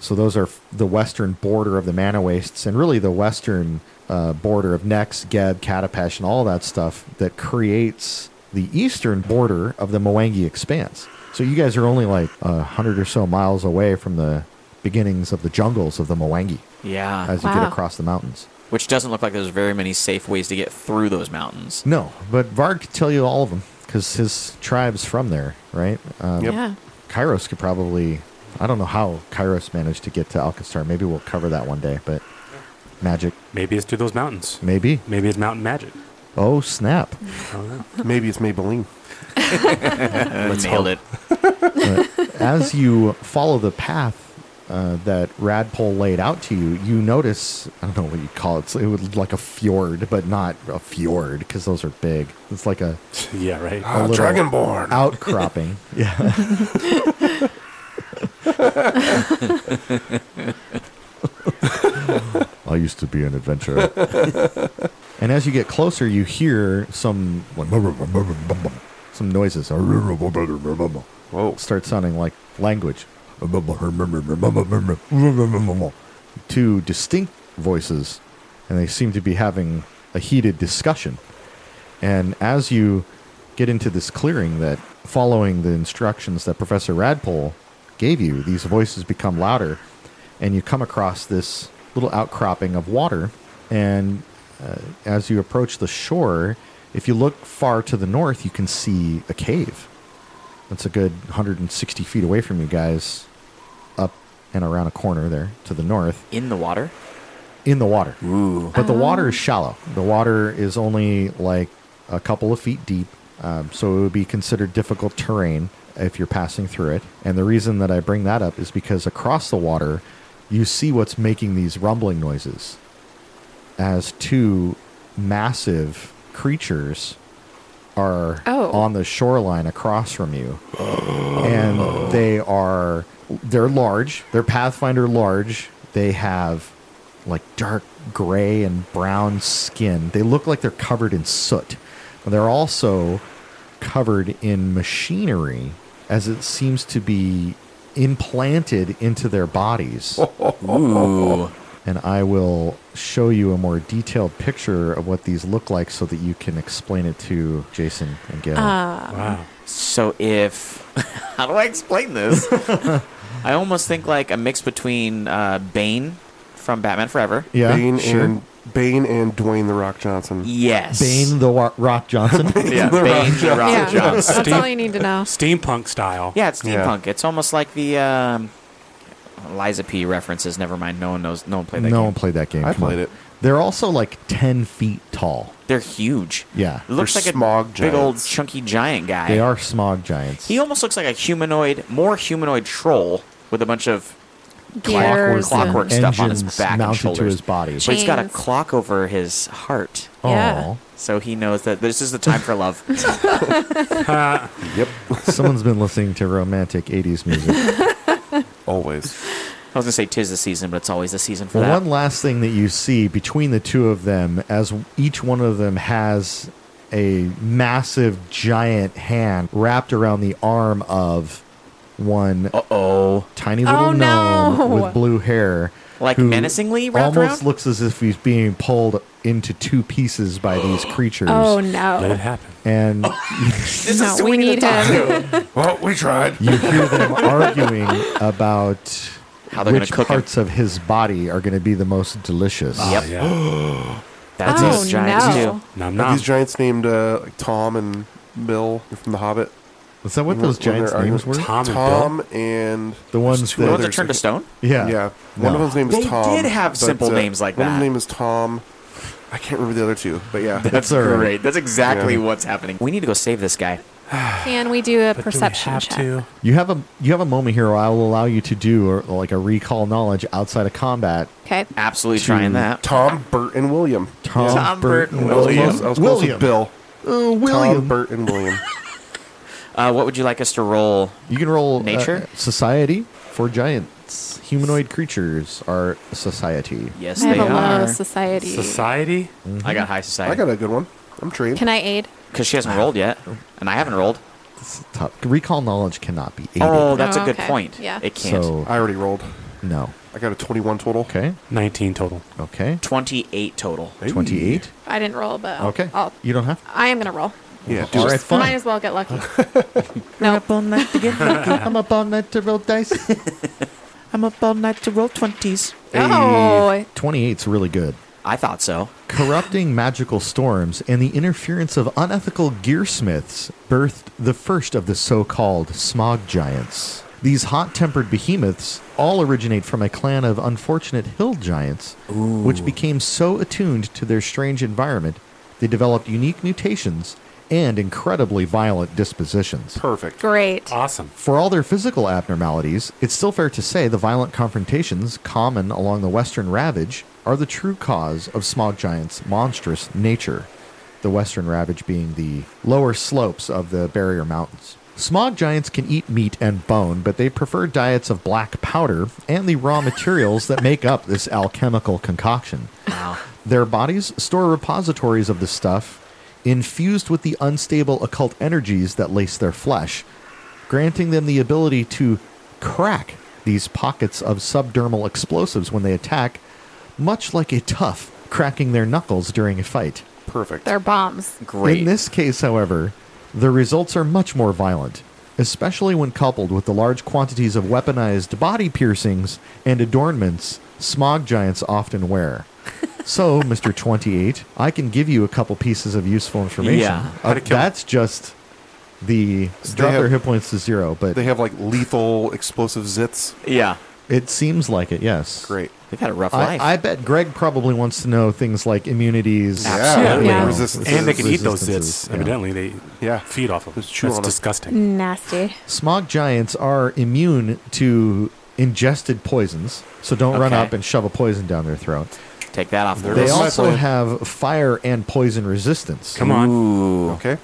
Speaker 2: so those are f- the western border of the Mana Wastes, and really the western uh, border of Nex, Geb, Catapesh, and all that stuff that creates the eastern border of the Mwangi Expanse. So you guys are only like a hundred or so miles away from the beginnings of the jungles of the Mwangi
Speaker 3: Yeah.
Speaker 2: as you get
Speaker 8: Wow.
Speaker 2: across the mountains.
Speaker 3: Which doesn't look like there's very many safe ways to get through those mountains.
Speaker 2: No, but Varg could tell you all of them because his tribe's from there, right? Um,
Speaker 9: Yep.
Speaker 8: Yeah.
Speaker 2: Kairos could probably. I don't know how Kairos managed to get to Alkastar. Maybe we'll cover that one day, but magic,
Speaker 7: Maybe it's through those mountains.
Speaker 2: maybe.
Speaker 7: Maybe it's mountain magic.
Speaker 2: Oh, snap.
Speaker 7: I don't know.
Speaker 9: Maybe it's Maybelline.
Speaker 3: Let's Nailed it.
Speaker 2: As you follow the path uh, that Radpole laid out to you, you notice I don't know what you'd call it. It's- It would like a fjord, but not a fjord because those are big. It's like a
Speaker 7: yeah, right.
Speaker 9: Ah,
Speaker 2: little
Speaker 9: Dragonborn.
Speaker 2: outcropping. yeah. I used to be an adventurer. and as you get closer, you hear some like, some noises
Speaker 9: Whoa.
Speaker 2: start sounding like language.
Speaker 6: Oh,
Speaker 2: Two distinct voices, and they seem to be having a heated discussion. And as you get into this clearing, that following the instructions that Professor Radpole gave you, these voices become louder, and you come across this little outcropping of water. And uh, as you approach the shore, if you look far to the north, you can see a cave. That's a good 160 feet away from you guys, up and around a corner there to the north.
Speaker 3: In the water.
Speaker 2: in the water. But the water is shallow. The water is only like a couple of feet deep, um, so it would be considered difficult terrain if you're passing through it. And the reason that I bring that up is because across the water, you see what's making these rumbling noises as two massive creatures are
Speaker 8: Oh.
Speaker 2: on the shoreline across from you and they are they're large they're pathfinder large they have like dark gray and brown skin they look like they're covered in soot and they're also covered in machinery as it seems to be implanted into their bodies and I will show you a more detailed picture of what these look like so that you can explain it to Jason and Gail.
Speaker 8: Uh,
Speaker 7: Wow.
Speaker 3: So if how do I explain this? I almost think like a mix between uh, Bane from Batman Forever.
Speaker 2: yeah,
Speaker 9: Bane
Speaker 2: sure. E
Speaker 9: and Bane and Dwayne the Rock Johnson.
Speaker 3: Yes.
Speaker 2: Bane the Wa- Rock Johnson.
Speaker 3: Yeah,
Speaker 9: The
Speaker 3: Bane
Speaker 9: Rock
Speaker 3: the Rock
Speaker 8: Yeah.
Speaker 3: Johnson.
Speaker 8: That's
Speaker 7: Steam-
Speaker 8: all you need to know.
Speaker 7: Steampunk style.
Speaker 3: Yeah, it's steampunk. It's almost like the um, Liza P references. Never mind. No one knows. No one played that
Speaker 2: no
Speaker 3: game.
Speaker 2: one played that game.
Speaker 9: I
Speaker 2: Come on.
Speaker 9: played it.
Speaker 2: They're also like ten feet tall.
Speaker 3: They're huge.
Speaker 2: Yeah.
Speaker 3: It looks
Speaker 9: They're
Speaker 3: like a
Speaker 9: smog
Speaker 3: big old
Speaker 9: giants.
Speaker 3: chunky giant guy.
Speaker 2: They are smog giants.
Speaker 3: He almost looks like a humanoid, more humanoid troll with a bunch of
Speaker 8: Gears.
Speaker 3: clockwork
Speaker 8: and-
Speaker 3: stuff on his
Speaker 2: Engines
Speaker 3: back and
Speaker 2: mounted to
Speaker 3: shoulders.
Speaker 2: his body.
Speaker 3: But he's got a
Speaker 8: Chains.
Speaker 3: clock over his heart.
Speaker 8: Yeah.
Speaker 2: Aw.
Speaker 3: So he knows that this is the time for love.
Speaker 9: Yep,
Speaker 2: Someone's been listening to romantic '80s music.
Speaker 9: always.
Speaker 3: I was gonna say tis the season, but it's always the season for
Speaker 2: Well,
Speaker 3: that.
Speaker 2: one last thing that you see between the two of them, as each one of them has a massive, giant hand wrapped around the arm of one
Speaker 3: oh,
Speaker 2: tiny little
Speaker 8: Oh,
Speaker 2: gnome
Speaker 8: no.
Speaker 2: with blue hair,
Speaker 3: Like
Speaker 2: who
Speaker 3: menacingly wrapped
Speaker 2: almost
Speaker 3: around?
Speaker 2: looks as if he's being pulled into two pieces by these creatures.
Speaker 8: Oh
Speaker 7: Let it
Speaker 8: no!
Speaker 7: happen.
Speaker 2: And
Speaker 3: this
Speaker 8: No, we need him.
Speaker 4: Well, we tried.
Speaker 2: you hear them arguing about
Speaker 3: How they're gonna
Speaker 2: which
Speaker 3: cook him.
Speaker 2: parts of his body are going to be the most delicious.
Speaker 3: Yep.
Speaker 7: Oh, Yeah.
Speaker 3: That's
Speaker 8: Oh,
Speaker 3: his giants
Speaker 8: no.
Speaker 3: too.
Speaker 7: Nom
Speaker 9: Are
Speaker 7: nom.
Speaker 9: these giants named uh, like Tom and Bill from The Hobbit?
Speaker 2: Is that what
Speaker 9: When-
Speaker 2: those
Speaker 9: when
Speaker 2: giants'
Speaker 9: they're arguing-
Speaker 2: names were?
Speaker 7: Tom and
Speaker 9: Tom and
Speaker 2: The ones that-
Speaker 9: two
Speaker 3: The
Speaker 2: Well,
Speaker 3: ones that
Speaker 9: others.
Speaker 3: turned to stone.
Speaker 2: Yeah.
Speaker 9: Yeah, one
Speaker 2: No.
Speaker 9: of them's name is
Speaker 3: They
Speaker 9: Tom.
Speaker 3: did have
Speaker 9: but, uh,
Speaker 3: simple names like
Speaker 9: One of
Speaker 3: that.
Speaker 9: them name is Tom. I can't remember the other two, but yeah,
Speaker 2: That's all right.
Speaker 3: That's exactly
Speaker 9: Yeah.
Speaker 3: what's happening. We need to go save this guy.
Speaker 8: Can we do a
Speaker 7: But do we
Speaker 8: perception
Speaker 7: have
Speaker 8: check?
Speaker 7: to?
Speaker 2: You have a you have a moment here where I will allow you to do or, like a recall knowledge outside of combat.
Speaker 8: Okay.
Speaker 3: Absolutely trying that.
Speaker 9: Tom, Bert, and William.
Speaker 2: Tom,
Speaker 3: Tom Burton
Speaker 9: I was
Speaker 3: William.
Speaker 9: close- I was close
Speaker 2: William.
Speaker 9: with Bill.
Speaker 2: Oh,
Speaker 9: Tom,
Speaker 2: William.
Speaker 9: Bert, and William.
Speaker 3: Uh, what would you like us to roll?
Speaker 2: you can roll uh,
Speaker 3: Nature?
Speaker 2: society for giants. Humanoid creatures are a society.
Speaker 3: Yes,
Speaker 8: I have
Speaker 3: they
Speaker 8: a low
Speaker 3: are.
Speaker 8: society.
Speaker 7: Society?
Speaker 3: I got high
Speaker 9: I
Speaker 3: society
Speaker 9: got a good one. I'm trained.
Speaker 8: Can I aid?
Speaker 3: because she hasn't rolled yet, and I haven't rolled.
Speaker 2: It's tough. Recall knowledge cannot be aided.
Speaker 3: Oh, that's a
Speaker 8: Oh,
Speaker 3: good
Speaker 8: okay.
Speaker 3: point.
Speaker 8: Yeah.
Speaker 3: It can't.
Speaker 2: so
Speaker 9: Uh, I already rolled.
Speaker 2: no.
Speaker 9: I got a 21 total.
Speaker 2: Okay.
Speaker 7: 19 total.
Speaker 2: Okay.
Speaker 3: Twenty-eight total.
Speaker 2: Twenty-eight.
Speaker 8: I didn't roll, but
Speaker 3: Oh.
Speaker 8: I'll,
Speaker 2: Okay.
Speaker 8: I'll,
Speaker 2: You don't have.
Speaker 8: I am gonna roll.
Speaker 9: Yeah,
Speaker 2: All
Speaker 9: do
Speaker 2: right.
Speaker 9: it.
Speaker 2: Fine.
Speaker 8: Might as well get lucky. no.
Speaker 2: I'm up all night to roll dice.
Speaker 3: I'm up all night to roll twenties.
Speaker 8: Oh,
Speaker 2: Twenty-eight's really good.
Speaker 3: I thought so.
Speaker 2: Corrupting magical storms and the interference of unethical gearsmiths birthed the first of the so called smog giants. These hot tempered behemoths all originate from a clan of unfortunate hill giants, which became so attuned to their strange environment, they developed unique mutations and incredibly violent dispositions.
Speaker 9: Perfect.
Speaker 8: great.
Speaker 7: Awesome.
Speaker 2: For all their physical abnormalities, it's still fair to say the violent confrontations common along the Western Ravage are the true cause of smog giants' monstrous nature, the Western Ravage being the lower slopes of the barrier mountains. Smog giants can eat meat and bone, but they prefer diets of black powder and the raw materials that make up this alchemical concoction.
Speaker 3: Wow.
Speaker 2: Their bodies store repositories of this stuff, infused with the unstable occult energies that lace their flesh, granting them the ability to crack these pockets of subdermal explosives when they attack, much like a tough cracking their knuckles during a fight.
Speaker 9: Perfect.
Speaker 8: They're bombs.
Speaker 3: Great.
Speaker 2: In this case, however, the results are much more violent, especially when coupled with the large quantities of weaponized body piercings and adornments smog giants often wear. so, Mr. 28, I can give you a couple pieces of useful information.
Speaker 3: Yeah.
Speaker 2: Uh,
Speaker 7: How to kill 'em.
Speaker 2: that's just the drop
Speaker 9: have-
Speaker 2: their hit points to zero, but
Speaker 9: They have like lethal explosive zits.
Speaker 3: yeah.
Speaker 2: It seems like it, yes.
Speaker 9: Great.
Speaker 3: They've had a rough life.
Speaker 2: I, I bet Greg probably wants to know things like immunities.
Speaker 9: Absolutely.
Speaker 8: Yeah.
Speaker 9: Resistance.
Speaker 7: And they can eat those
Speaker 2: Resistances,
Speaker 7: zits.
Speaker 2: yeah.
Speaker 7: Evidently, they
Speaker 9: Yeah.
Speaker 7: feed off of them.
Speaker 9: Just chew
Speaker 7: That's
Speaker 9: on 'em.
Speaker 7: disgusting.
Speaker 8: Nasty.
Speaker 2: Smog giants are immune to ingested poisons, so don't run
Speaker 3: Okay.
Speaker 2: up and shove a poison down their throat.
Speaker 3: Take that off the
Speaker 9: There
Speaker 2: They
Speaker 9: is
Speaker 3: list.
Speaker 9: my
Speaker 2: also
Speaker 9: plan.
Speaker 2: have fire and poison resistance.
Speaker 7: Come on.
Speaker 3: Ooh.
Speaker 9: Okay.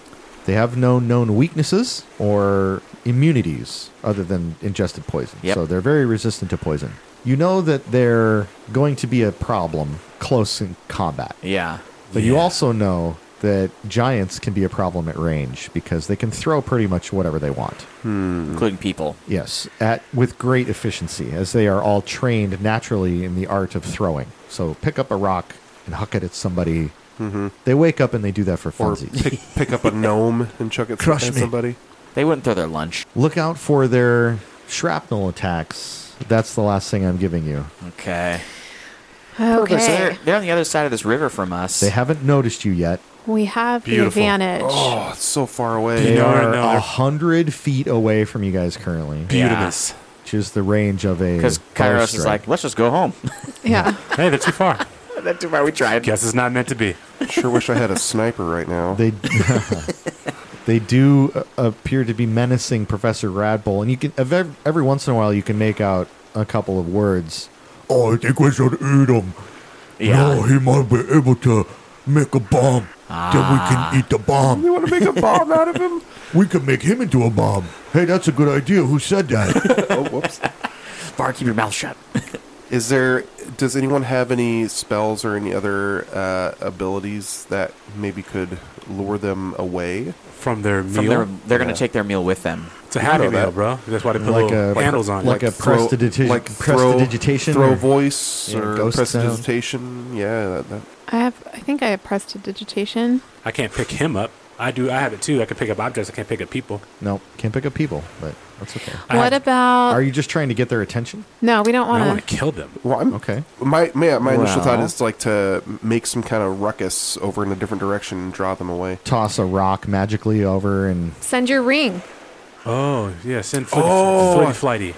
Speaker 2: They have no known weaknesses or immunities other than ingested poison.
Speaker 3: Yep.
Speaker 2: So they're very resistant to poison. You know that they're going to be a problem close in combat.
Speaker 3: Yeah.
Speaker 2: But you
Speaker 7: Yeah.
Speaker 2: also know that giants can be a problem at range because they can throw pretty much whatever they want.
Speaker 3: Including people.
Speaker 2: Yes, at with great efficiency as they are all trained naturally in the art of throwing. So pick up a rock and huck it at somebody. Mm-hmm. They wake up and they do that for
Speaker 9: Or
Speaker 2: funsies.
Speaker 9: pick, pick up a gnome and chuck it
Speaker 6: Crush
Speaker 9: at
Speaker 6: me.
Speaker 9: somebody.
Speaker 3: They wouldn't throw their lunch.
Speaker 2: Look out for their shrapnel attacks. That's the last thing I'm giving you.
Speaker 3: Okay. So they're,
Speaker 8: Okay.
Speaker 3: they're on the other side of this river from us.
Speaker 2: They haven't noticed you yet.
Speaker 8: We have
Speaker 9: Beautiful.
Speaker 8: the advantage.
Speaker 9: Oh, it's so far away.
Speaker 2: They
Speaker 7: know, I
Speaker 2: are
Speaker 7: know.
Speaker 2: a hundred feet away from you guys currently,
Speaker 7: Beautimus.
Speaker 2: which is the range of a.
Speaker 3: Because
Speaker 2: fire
Speaker 3: Kairos is
Speaker 2: strike.
Speaker 3: like, let's just go home.
Speaker 8: Yeah.
Speaker 7: Hey, they're too far.
Speaker 3: That's too far. We tried.
Speaker 7: Guess it's not meant to be.
Speaker 9: Sure wish I had a sniper right now.
Speaker 2: They they do uh, appear to be menacing Professor Radbull, and you can ev- ev- every once in a while you can make out a couple of words.
Speaker 6: Oh, I think we should eat him.
Speaker 3: Yeah.
Speaker 6: Now he might be able to make a bomb. Then we can eat the
Speaker 9: you
Speaker 6: bomb.
Speaker 9: want to make a bomb out of him?
Speaker 6: We can make him into a bomb. Hey, that's a good idea. Who said that?
Speaker 9: Oh, whoops.
Speaker 3: Bar, keep your mouth shut.
Speaker 9: Is there? Does anyone have any spells or any other uh, abilities that maybe could lure them away?
Speaker 7: From their meal.
Speaker 3: From their, they're going to take their meal with them.
Speaker 7: it's a happy
Speaker 9: You know
Speaker 7: meal,
Speaker 9: that.
Speaker 7: bro. That's why they put
Speaker 2: Like
Speaker 7: little
Speaker 2: a-
Speaker 7: handles on
Speaker 2: like
Speaker 7: it.
Speaker 2: a prestidigita- prestidigitation
Speaker 9: throw
Speaker 2: or-
Speaker 9: voice
Speaker 2: Yeah,
Speaker 9: or
Speaker 2: ghost sound.
Speaker 9: prestidigitation. Yeah, that, that.
Speaker 8: I have. I think I have prestidigitation.
Speaker 7: I can't pick him up. I do. I have it too. I can pick up objects. I can't pick up people.
Speaker 2: No, can't pick up people, but that's okay.
Speaker 7: I
Speaker 8: what
Speaker 7: have-
Speaker 8: about?
Speaker 2: Are you just trying to get their attention?
Speaker 8: no, we don't
Speaker 7: I
Speaker 8: want
Speaker 7: want
Speaker 8: to.
Speaker 7: to kill them.
Speaker 9: Well, I'm
Speaker 2: Okay.
Speaker 9: My my, my initial thought
Speaker 3: Well.
Speaker 9: is like to make some kind of ruckus over in a different direction and draw them away.
Speaker 2: Toss a rock magically over and
Speaker 8: Send your ring.
Speaker 7: Oh yeah, send footy,
Speaker 9: Oh.
Speaker 7: footy flighty.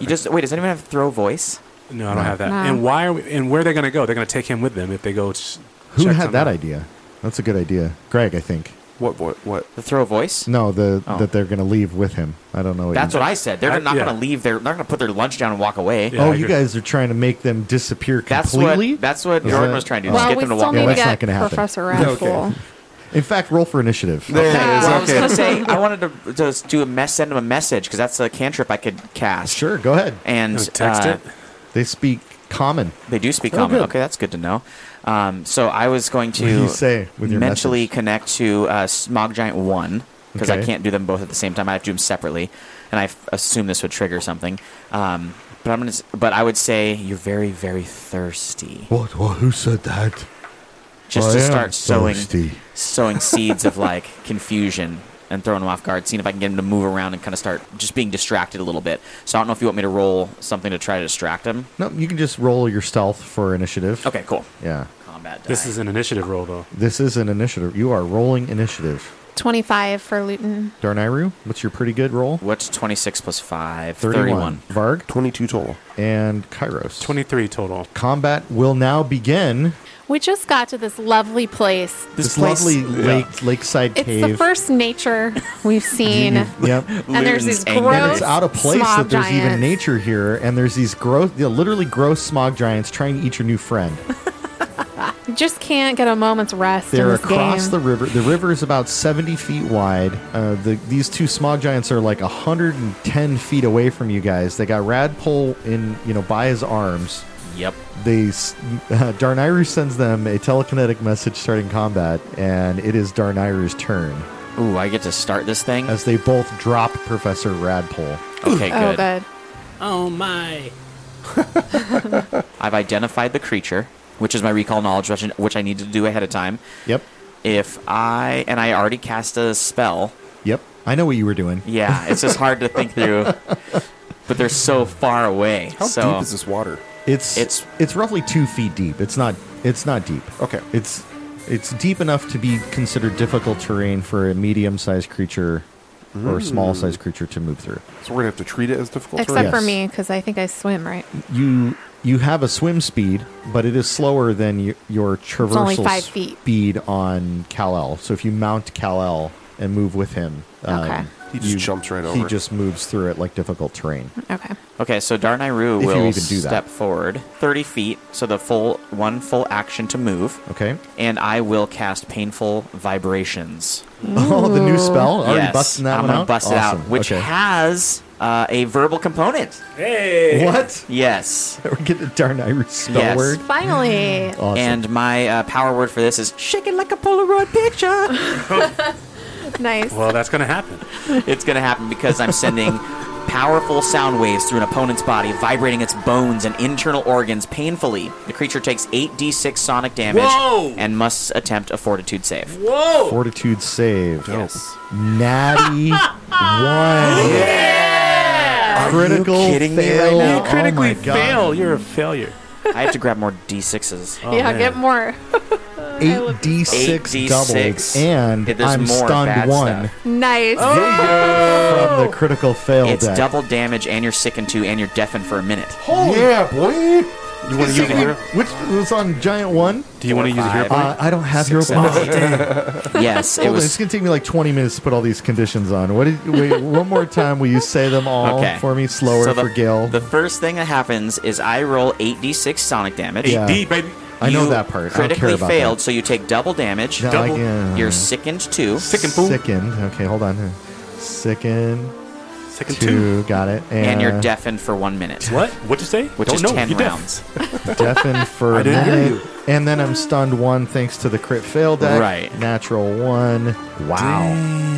Speaker 3: You just wait. Does anyone have throw voice?
Speaker 7: No, I don't have that.
Speaker 8: No.
Speaker 7: And why are we, and where are they going to go? They're going to take him with them if they go. s-
Speaker 2: who
Speaker 7: check
Speaker 2: had that
Speaker 7: something.
Speaker 2: idea? That's a good idea, Greg. I think.
Speaker 9: What what what?
Speaker 3: The throw voice?
Speaker 2: No, the
Speaker 3: Oh.
Speaker 2: that they're going to leave with him. I don't know. What
Speaker 3: That's
Speaker 2: you,
Speaker 3: what I said. They're
Speaker 7: I-
Speaker 3: not
Speaker 7: yeah.
Speaker 3: going to leave. They're not going to put their lunch down and walk away.
Speaker 7: Yeah,
Speaker 2: oh,
Speaker 7: I
Speaker 2: you
Speaker 7: agree.
Speaker 2: guys are trying to make them disappear
Speaker 3: That's
Speaker 2: completely.
Speaker 3: what that's what
Speaker 2: Is
Speaker 3: Jordan
Speaker 2: that-
Speaker 3: was trying to do.
Speaker 8: Well,
Speaker 3: just
Speaker 8: we
Speaker 3: get them to
Speaker 8: still
Speaker 3: walk
Speaker 8: need
Speaker 2: Yeah,
Speaker 8: to
Speaker 3: away.
Speaker 2: that's not
Speaker 8: get
Speaker 2: gonna happen.
Speaker 8: Professor Radful.
Speaker 2: In fact, roll for initiative.
Speaker 9: There it is.
Speaker 3: Well, I was
Speaker 9: okay.
Speaker 3: gonna say I wanted to just do a mess, send him a message because that's a cantrip I could cast.
Speaker 2: Sure, go ahead.
Speaker 3: And
Speaker 7: Gonna Text
Speaker 3: uh,
Speaker 7: it.
Speaker 2: They speak common.
Speaker 3: They do speak common.
Speaker 2: Oh, good.
Speaker 3: Okay, that's good to know. Um, so I was going to
Speaker 2: What do you say with your
Speaker 3: mentally
Speaker 2: message?
Speaker 3: connect to uh, Smog Giant One because I
Speaker 2: Okay.
Speaker 3: can't do them both at the same time. I have to do them separately, and I f- assume this would trigger something. Um, but I'm gonna. s- But I would say you're very, very thirsty.
Speaker 6: what? What? Who said that?
Speaker 3: Just
Speaker 6: I
Speaker 3: to
Speaker 6: am
Speaker 3: start sowing,
Speaker 6: thirsty.
Speaker 3: sowing seeds of like confusion and throwing them off guard, seeing if I can get him to move around and kind of start just being distracted a little bit. So I don't know if you want me to roll something to try to distract him.
Speaker 2: No, you can just roll your stealth for initiative.
Speaker 3: Okay, cool.
Speaker 2: Yeah.
Speaker 3: Combat.
Speaker 7: This
Speaker 3: die.
Speaker 7: is an initiative roll though.
Speaker 2: This is an initiative. You are rolling initiative.
Speaker 8: Twenty-five for Luton.
Speaker 2: Darnayru, what's your pretty good roll?
Speaker 3: What's 26 plus 5?
Speaker 2: 31.
Speaker 3: 31.
Speaker 2: Varg
Speaker 9: Twenty two total.
Speaker 2: and Kairos.
Speaker 7: Twenty-three total.
Speaker 2: Combat will now begin.
Speaker 8: We just got to this lovely place.
Speaker 2: This,
Speaker 3: place-
Speaker 2: lovely lake, lakeside
Speaker 8: It's
Speaker 2: cave.
Speaker 8: the first nature we've seen.
Speaker 2: Yep.
Speaker 8: And there's these
Speaker 3: Luton's anger.
Speaker 8: gross-
Speaker 2: It's out of place
Speaker 8: Smog
Speaker 2: that there's even
Speaker 8: giants.
Speaker 2: nature here, and there's these gross, yeah, literally gross smog giants trying to eat your new friend.
Speaker 8: You just can't get a moment's rest in
Speaker 2: They're
Speaker 8: this
Speaker 2: across
Speaker 8: game.
Speaker 2: the river. The river is about 70 feet wide. Uh, the, these two smog giants are like 110 feet away from you guys. They got Radpole in, you know, by his arms.
Speaker 3: Yep.
Speaker 2: They s- uh, Darnayru sends them a telekinetic message starting combat, and it is Darnayru's turn
Speaker 3: Ooh, I get to start this thing?
Speaker 2: as they both drop Professor Radpole.
Speaker 3: Okay,
Speaker 8: oh,
Speaker 3: good.
Speaker 8: good.
Speaker 10: Oh my.
Speaker 3: I've identified the creature, which is my recall knowledge, which, which I need to do ahead of time.
Speaker 2: Yep,
Speaker 3: If I, and I already cast a spell.
Speaker 2: yep. I know what you were doing.
Speaker 3: Yeah, it's just hard to think through. But they're so far away.
Speaker 9: How
Speaker 3: so
Speaker 9: deep is this water?
Speaker 2: It's it's
Speaker 3: It's-
Speaker 2: it's roughly two feet deep. It's not it's not deep.
Speaker 9: Okay.
Speaker 2: It's it's deep enough to be considered difficult terrain for a medium-sized creature or a small
Speaker 9: Mm.
Speaker 2: sized creature to move through.
Speaker 9: So we're gonna have to treat it as difficult.
Speaker 8: Except
Speaker 2: Yes.
Speaker 8: for me, because I think I swim, right?
Speaker 2: You you have a swim speed, but it is slower than your, your traversal
Speaker 8: only five feet.
Speaker 2: speed on Kal-El. So if you mount Kal-El and move with him, um,
Speaker 8: Okay.
Speaker 9: He just jumps right
Speaker 2: He
Speaker 9: over.
Speaker 2: just moves through it like difficult terrain.
Speaker 8: Okay.
Speaker 3: Okay, so Darnayru
Speaker 2: If you
Speaker 3: will
Speaker 2: even do that.
Speaker 3: step forward 30 feet, so the full one full action to move,
Speaker 2: Okay.
Speaker 3: and I will cast Painful Vibrations.
Speaker 2: Oh, the new spell already
Speaker 3: yes,
Speaker 2: busting that
Speaker 3: I'm
Speaker 2: one
Speaker 3: gonna
Speaker 2: out.
Speaker 3: bust it out,
Speaker 2: Awesome.
Speaker 3: which
Speaker 2: Okay.
Speaker 3: has uh, a verbal component.
Speaker 7: Hey.
Speaker 2: what?
Speaker 3: Yes.
Speaker 2: We're getting a darn Irish spell
Speaker 3: Yes.
Speaker 2: word.
Speaker 8: Finally.
Speaker 2: Awesome.
Speaker 3: And my uh, power word for this is shake it like a Polaroid picture.
Speaker 8: nice.
Speaker 7: Well, that's gonna happen.
Speaker 3: it's going to happen because I'm sending powerful sound waves through an opponent's body, vibrating its bones and internal organs painfully. The creature takes 8d6 sonic damage
Speaker 10: Whoa!
Speaker 3: and must attempt a fortitude save.
Speaker 10: Whoa!
Speaker 2: Fortitude save.
Speaker 3: Yes.
Speaker 2: Natty one. Critical
Speaker 3: you kidding me
Speaker 2: fail.
Speaker 3: right now?
Speaker 2: Oh
Speaker 7: Critically
Speaker 2: my God.
Speaker 7: fail. You're a failure.
Speaker 3: I have to grab more d6s.
Speaker 7: Oh,
Speaker 8: yeah,
Speaker 7: man.
Speaker 8: get more.
Speaker 2: Eight D six
Speaker 3: 8d6.
Speaker 2: doubled, and
Speaker 3: Yeah, there's
Speaker 2: I'm
Speaker 3: more bad
Speaker 2: stunned one
Speaker 3: stuff.
Speaker 8: Nice.
Speaker 2: Oh. from the critical fail
Speaker 3: It's
Speaker 2: deck.
Speaker 3: double damage, and you're sickened too, and you're deafened for a minute.
Speaker 4: yeah, boy.
Speaker 7: You want to use a hero?
Speaker 2: Which was on giant one.
Speaker 7: Do you want to use a hero point?
Speaker 2: Uh, I don't have your.
Speaker 3: Yes, it
Speaker 2: Hold on, it's
Speaker 3: was.
Speaker 2: gonna take me like 20 minutes to put all these conditions on. What did? Wait, one more time. Will you say them all
Speaker 3: Okay.
Speaker 2: for me, slower
Speaker 3: So the,
Speaker 2: for Gail?
Speaker 3: The first thing that happens is I roll 8d6 sonic damage.
Speaker 2: Yeah.
Speaker 7: D, baby.
Speaker 2: I know
Speaker 3: You
Speaker 2: that part. I don't
Speaker 3: Critically
Speaker 2: care about
Speaker 3: failed,
Speaker 2: That.
Speaker 3: so you take double damage.
Speaker 2: No, I
Speaker 3: double.
Speaker 2: can't.
Speaker 3: You're sickened too.
Speaker 7: Sickened, fool.
Speaker 2: Sickened. Okay, hold on. Sickened.
Speaker 7: Second two.
Speaker 2: Two. Got it. And,
Speaker 3: and you're deafened for one minute.
Speaker 7: What? What'd you say?
Speaker 3: Which
Speaker 7: Don't
Speaker 3: is
Speaker 7: know.
Speaker 3: 10
Speaker 7: You're deaf.
Speaker 3: rounds.
Speaker 2: deafened for a
Speaker 7: I didn't hear
Speaker 2: minute. And then I'm stunned one thanks to the crit fail deck.
Speaker 3: Right.
Speaker 2: Natural one. Wow.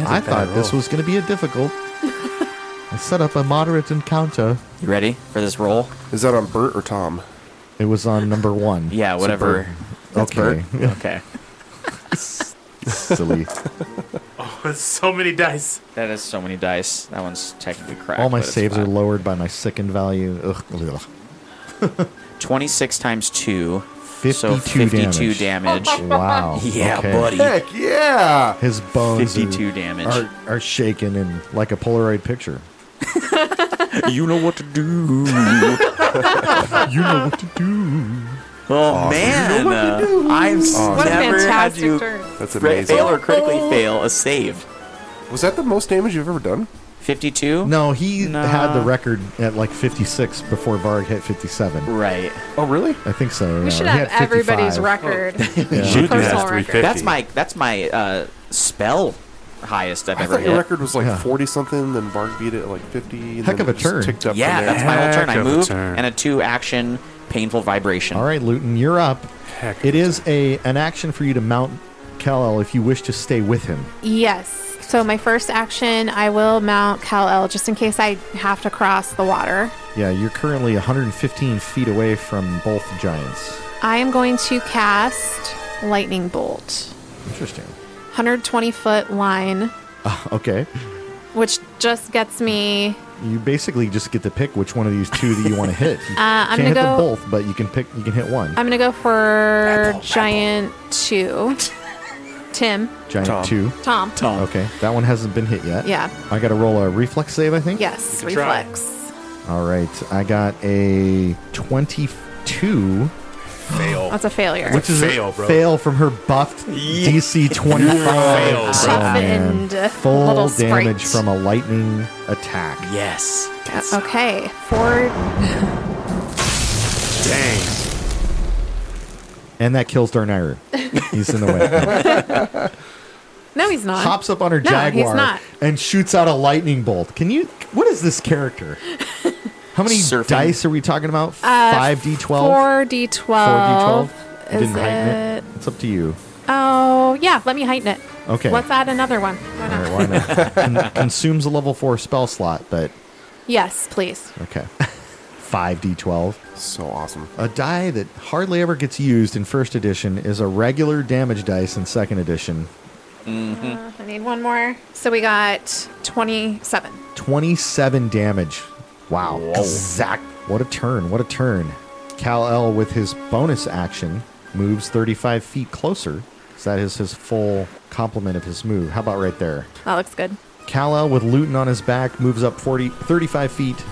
Speaker 2: I thought this
Speaker 9: roll.
Speaker 2: was going to be a difficult. I set up a moderate encounter.
Speaker 3: You ready for this roll?
Speaker 9: Is that on Bert or Tom?
Speaker 2: It was on number one.
Speaker 3: Yeah, whatever. That's
Speaker 2: Okay.
Speaker 3: Bert. Okay.
Speaker 2: Silly.
Speaker 7: so many dice.
Speaker 3: That is so many dice. That one's technically correct.
Speaker 2: All my
Speaker 3: but it's
Speaker 2: saves are
Speaker 3: fine.
Speaker 2: lowered by my sickened value. Ugh. Ugh.
Speaker 3: 26 times 2.
Speaker 2: 52
Speaker 3: so 52
Speaker 2: damage.
Speaker 3: damage.
Speaker 2: Wow.
Speaker 3: yeah,
Speaker 2: Okay.
Speaker 3: buddy.
Speaker 4: Heck yeah.
Speaker 2: His bones
Speaker 3: 52
Speaker 2: are,
Speaker 3: damage.
Speaker 2: are, are shaken in like a Polaroid picture.
Speaker 3: you know what to do. you know what to do. Oh man, I've
Speaker 8: What
Speaker 3: never
Speaker 8: a
Speaker 3: had
Speaker 8: fantastic
Speaker 3: you
Speaker 8: turn. Oh.
Speaker 9: That's
Speaker 3: ra-
Speaker 9: amazing.
Speaker 3: fail or critically fail a save.
Speaker 9: Was that the most damage you've ever done?
Speaker 3: Fifty-two.
Speaker 2: No, he
Speaker 3: Nah.
Speaker 2: had the record at like 56 before Varg hit 57.
Speaker 3: Right.
Speaker 9: Oh, really?
Speaker 2: I think so.
Speaker 8: We should have everybody's
Speaker 2: Oh.
Speaker 8: record.
Speaker 7: Jude
Speaker 8: Personal
Speaker 7: has
Speaker 8: record.
Speaker 7: 350.
Speaker 3: That's my that's my uh, spell highest I've
Speaker 9: I
Speaker 3: ever
Speaker 9: thought your
Speaker 3: hit.
Speaker 9: record was like
Speaker 2: Yeah.
Speaker 9: 40 something, then Varg beat it at like 50. And
Speaker 2: Heck of
Speaker 9: then
Speaker 2: a
Speaker 9: it just
Speaker 2: turn.
Speaker 9: Ticked up
Speaker 3: yeah,
Speaker 9: from there.
Speaker 3: that's my whole turn. I
Speaker 7: Heck of a
Speaker 3: moved
Speaker 7: turn.
Speaker 3: and a two-action painful vibration.
Speaker 2: All right, Luton, you're up.
Speaker 7: Heck.
Speaker 2: It is a an action for you to mount Kal-El if you wish to stay with him.
Speaker 8: Yes. So my first action, I will mount Cal El just in case I have to cross the water.
Speaker 2: Yeah, you're currently 115 feet away from both giants.
Speaker 8: I am going to cast Lightning Bolt,
Speaker 2: Interesting.
Speaker 8: 120 foot line,
Speaker 2: Okay.
Speaker 8: which just gets me.
Speaker 2: You basically just get to pick which one of these two that you want to hit. You
Speaker 8: Uh, I'm
Speaker 2: can't hit
Speaker 8: gonna
Speaker 2: them
Speaker 8: go-
Speaker 2: both, but you can pick. You can hit one.
Speaker 8: I'm gonna go for Giant Two, Tim,
Speaker 2: Giant
Speaker 9: Tom.
Speaker 2: two.
Speaker 8: Tom. Tom.
Speaker 2: Okay, that one hasn't been hit yet.
Speaker 8: Yeah.
Speaker 2: I got to roll a reflex save, I think.
Speaker 8: Yes,
Speaker 7: can try.
Speaker 8: reflex.
Speaker 2: All right, I got a 22,
Speaker 8: That's a failure.
Speaker 2: which is
Speaker 7: fail,
Speaker 2: a
Speaker 7: bro.
Speaker 2: fail from her buffed DC 25.
Speaker 7: fail, bro.
Speaker 2: Oh, man.
Speaker 8: Toughened
Speaker 2: Full
Speaker 8: uh, little
Speaker 2: damage
Speaker 8: sprite.
Speaker 2: from a lightning attack.
Speaker 3: Yes.
Speaker 8: Okay, four
Speaker 7: Dang.
Speaker 2: And that kills Darnayru. He's in the way.
Speaker 8: No, he's not.
Speaker 2: Hops up on her
Speaker 8: No, he's
Speaker 2: jaguar
Speaker 8: not.
Speaker 2: and shoots out a lightning bolt. Can you? What is this character? How many
Speaker 3: Surfing.
Speaker 2: dice are we talking about? Five d twelve.
Speaker 8: Uh, Four d twelve.
Speaker 2: Four d
Speaker 8: Is
Speaker 2: Didn't heighten
Speaker 8: it?
Speaker 2: it. It's up to you.
Speaker 8: Oh yeah, let me heighten it.
Speaker 2: Okay.
Speaker 8: Let's add another one. Why
Speaker 2: All right,
Speaker 8: not?
Speaker 2: why not? Con- consumes a level four spell slot, but
Speaker 8: Yes, please.
Speaker 2: okay. Five d twelve.
Speaker 9: So awesome.
Speaker 2: A die that hardly ever gets used in first edition is a regular damage dice in second edition.
Speaker 8: I need one more. So we got twenty-seven.
Speaker 2: 27 damage. Wow. Exact. What a turn. What a turn. Cal L with his bonus action moves 35 feet closer. So that is his full complement of his move. How about right there?
Speaker 8: That looks good.
Speaker 2: Kal-El with Luton on his back moves up 40, 35 feet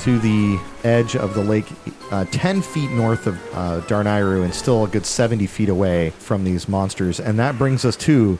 Speaker 2: to the edge of the lake, uh, 10 feet north of uh, Darnayru, and still a good 70 feet away from these monsters. And that brings us to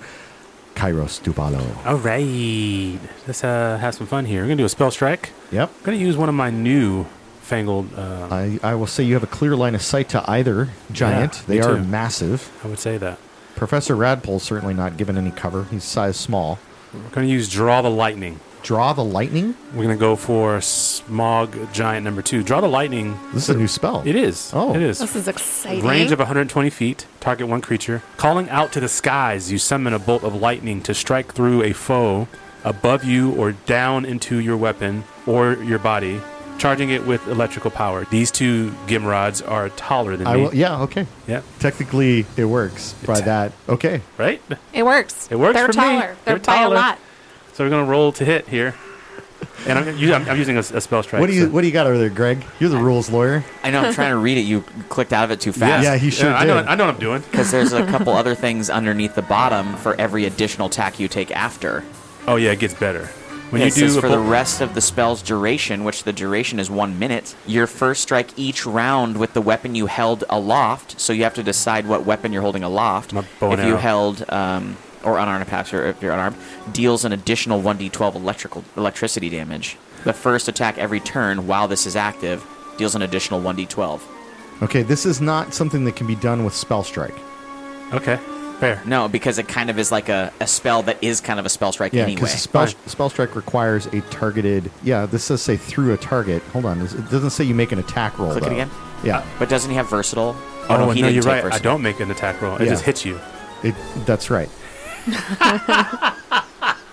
Speaker 2: Kairos Dubalo.
Speaker 7: All right, let's uh, have some fun here. We're gonna do a spell strike.
Speaker 2: Yep.
Speaker 7: I'm gonna use one of my new fangled. Uh,
Speaker 2: I, I will say you have a clear line of sight to either giant.
Speaker 7: Yeah,
Speaker 2: they
Speaker 7: me
Speaker 2: are
Speaker 7: too.
Speaker 2: massive.
Speaker 7: I would say that
Speaker 2: Professor Radpole's certainly not given any cover. He's size small.
Speaker 7: we're gonna use draw the lightning.
Speaker 2: Draw the lightning?
Speaker 7: We're gonna go for smog giant number two. Draw the lightning.
Speaker 2: This is a new spell.
Speaker 7: It is.
Speaker 2: Oh.
Speaker 7: it is.
Speaker 8: This is exciting.
Speaker 7: Range of 120 feet. Target one creature. Calling out to the skies, you summon a bolt of lightning to strike through a foe above you or down into your weapon or your body, charging it with electrical power. These two Gimrods are taller than
Speaker 2: I
Speaker 7: me.
Speaker 2: will, yeah, okay.
Speaker 7: Yep.
Speaker 2: Technically, it works by that. Okay.
Speaker 7: Right?
Speaker 8: It works.
Speaker 7: It works
Speaker 8: They're
Speaker 7: for me.
Speaker 8: taller. They're,
Speaker 7: They're
Speaker 8: by a
Speaker 7: taller.
Speaker 8: lot.
Speaker 7: So we're going to roll to hit here. And I'm, gonna use- I'm, I'm using a, s- a spell strike.
Speaker 2: What do you
Speaker 7: so-
Speaker 2: What do you got over there, Greg? You're the rules lawyer.
Speaker 3: I know I'm trying to read it. You clicked out of it too fast.
Speaker 2: Yeah, he sure
Speaker 7: I, know,
Speaker 2: did.
Speaker 7: I know what I'm doing.
Speaker 3: Because there's a couple other things underneath the bottom for every additional attack you take after.
Speaker 7: Oh, yeah, it gets better. When
Speaker 3: it
Speaker 7: you do
Speaker 3: says
Speaker 7: a
Speaker 3: for the
Speaker 7: bolt-
Speaker 3: rest of the spell's duration, which the duration is one minute, your first strike each round with the weapon you held aloft. So you have to decide what weapon you're holding aloft.
Speaker 7: My bow and
Speaker 3: if you
Speaker 7: arrow.
Speaker 3: held um, or unarmed attacks, or if you're unarmed, deals an additional 1d12 electrical electricity damage. The first attack every turn while this is active deals an additional 1d12.
Speaker 2: Okay, this is not something that can be done with spell strike.
Speaker 7: Okay, fair.
Speaker 3: No, because it kind of is like a, a spell that is kind of a spell strike
Speaker 2: Yeah,
Speaker 3: anyway.
Speaker 2: because spell,
Speaker 7: Fine.
Speaker 2: spell strike requires a targeted. Yeah, this does say through a target. Hold on, this- it doesn't say you make an attack roll.
Speaker 3: Click it
Speaker 2: though.
Speaker 3: again? Uh.
Speaker 2: Yeah,
Speaker 3: But doesn't he have versatile?
Speaker 7: Oh, no,
Speaker 3: he
Speaker 7: you're
Speaker 3: didn't take
Speaker 7: right. I
Speaker 3: versatile.
Speaker 7: don't make an attack roll. It
Speaker 2: Yeah.
Speaker 7: just hits you.
Speaker 2: it, that's right.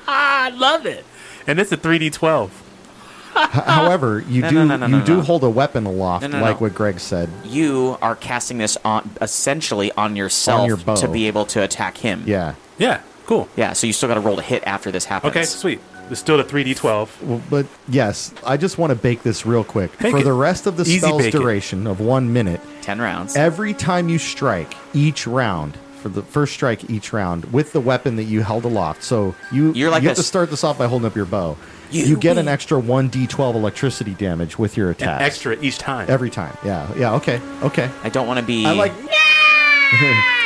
Speaker 7: I love it. And it's a 3d12.
Speaker 2: H- However, you
Speaker 3: Ah. No,
Speaker 2: do
Speaker 3: no, no, no,
Speaker 2: you
Speaker 3: no,
Speaker 2: do
Speaker 3: no.
Speaker 2: hold a weapon aloft,
Speaker 3: No, no,
Speaker 2: like
Speaker 3: no.
Speaker 2: what Greg said.
Speaker 3: you are casting this on essentially on yourself
Speaker 2: On your bow.
Speaker 3: to be able to attack him.
Speaker 2: Yeah,
Speaker 7: Yeah, cool.
Speaker 3: Yeah, so you still got to roll to hit after this happens.
Speaker 7: Okay, sweet. It's still the 3d12.
Speaker 2: Well, but yes, I just want to bake this real quick.
Speaker 7: Bake
Speaker 2: For
Speaker 7: it.
Speaker 2: the rest of the
Speaker 7: Easy
Speaker 2: spell's
Speaker 7: bake it.
Speaker 2: duration of one minute,
Speaker 3: 10 rounds.
Speaker 2: every time you strike each round for the first strike each round with the weapon that you held aloft. So you
Speaker 3: You're like
Speaker 2: you
Speaker 3: a
Speaker 2: have to
Speaker 3: s-
Speaker 2: start this off by holding up your bow. You,
Speaker 3: You
Speaker 2: get an
Speaker 3: win.
Speaker 2: extra one d12 electricity damage with your
Speaker 7: An
Speaker 2: attack.
Speaker 7: extra each time.
Speaker 2: every time. Yeah. Yeah. Okay. Okay.
Speaker 3: I don't want to be.
Speaker 2: I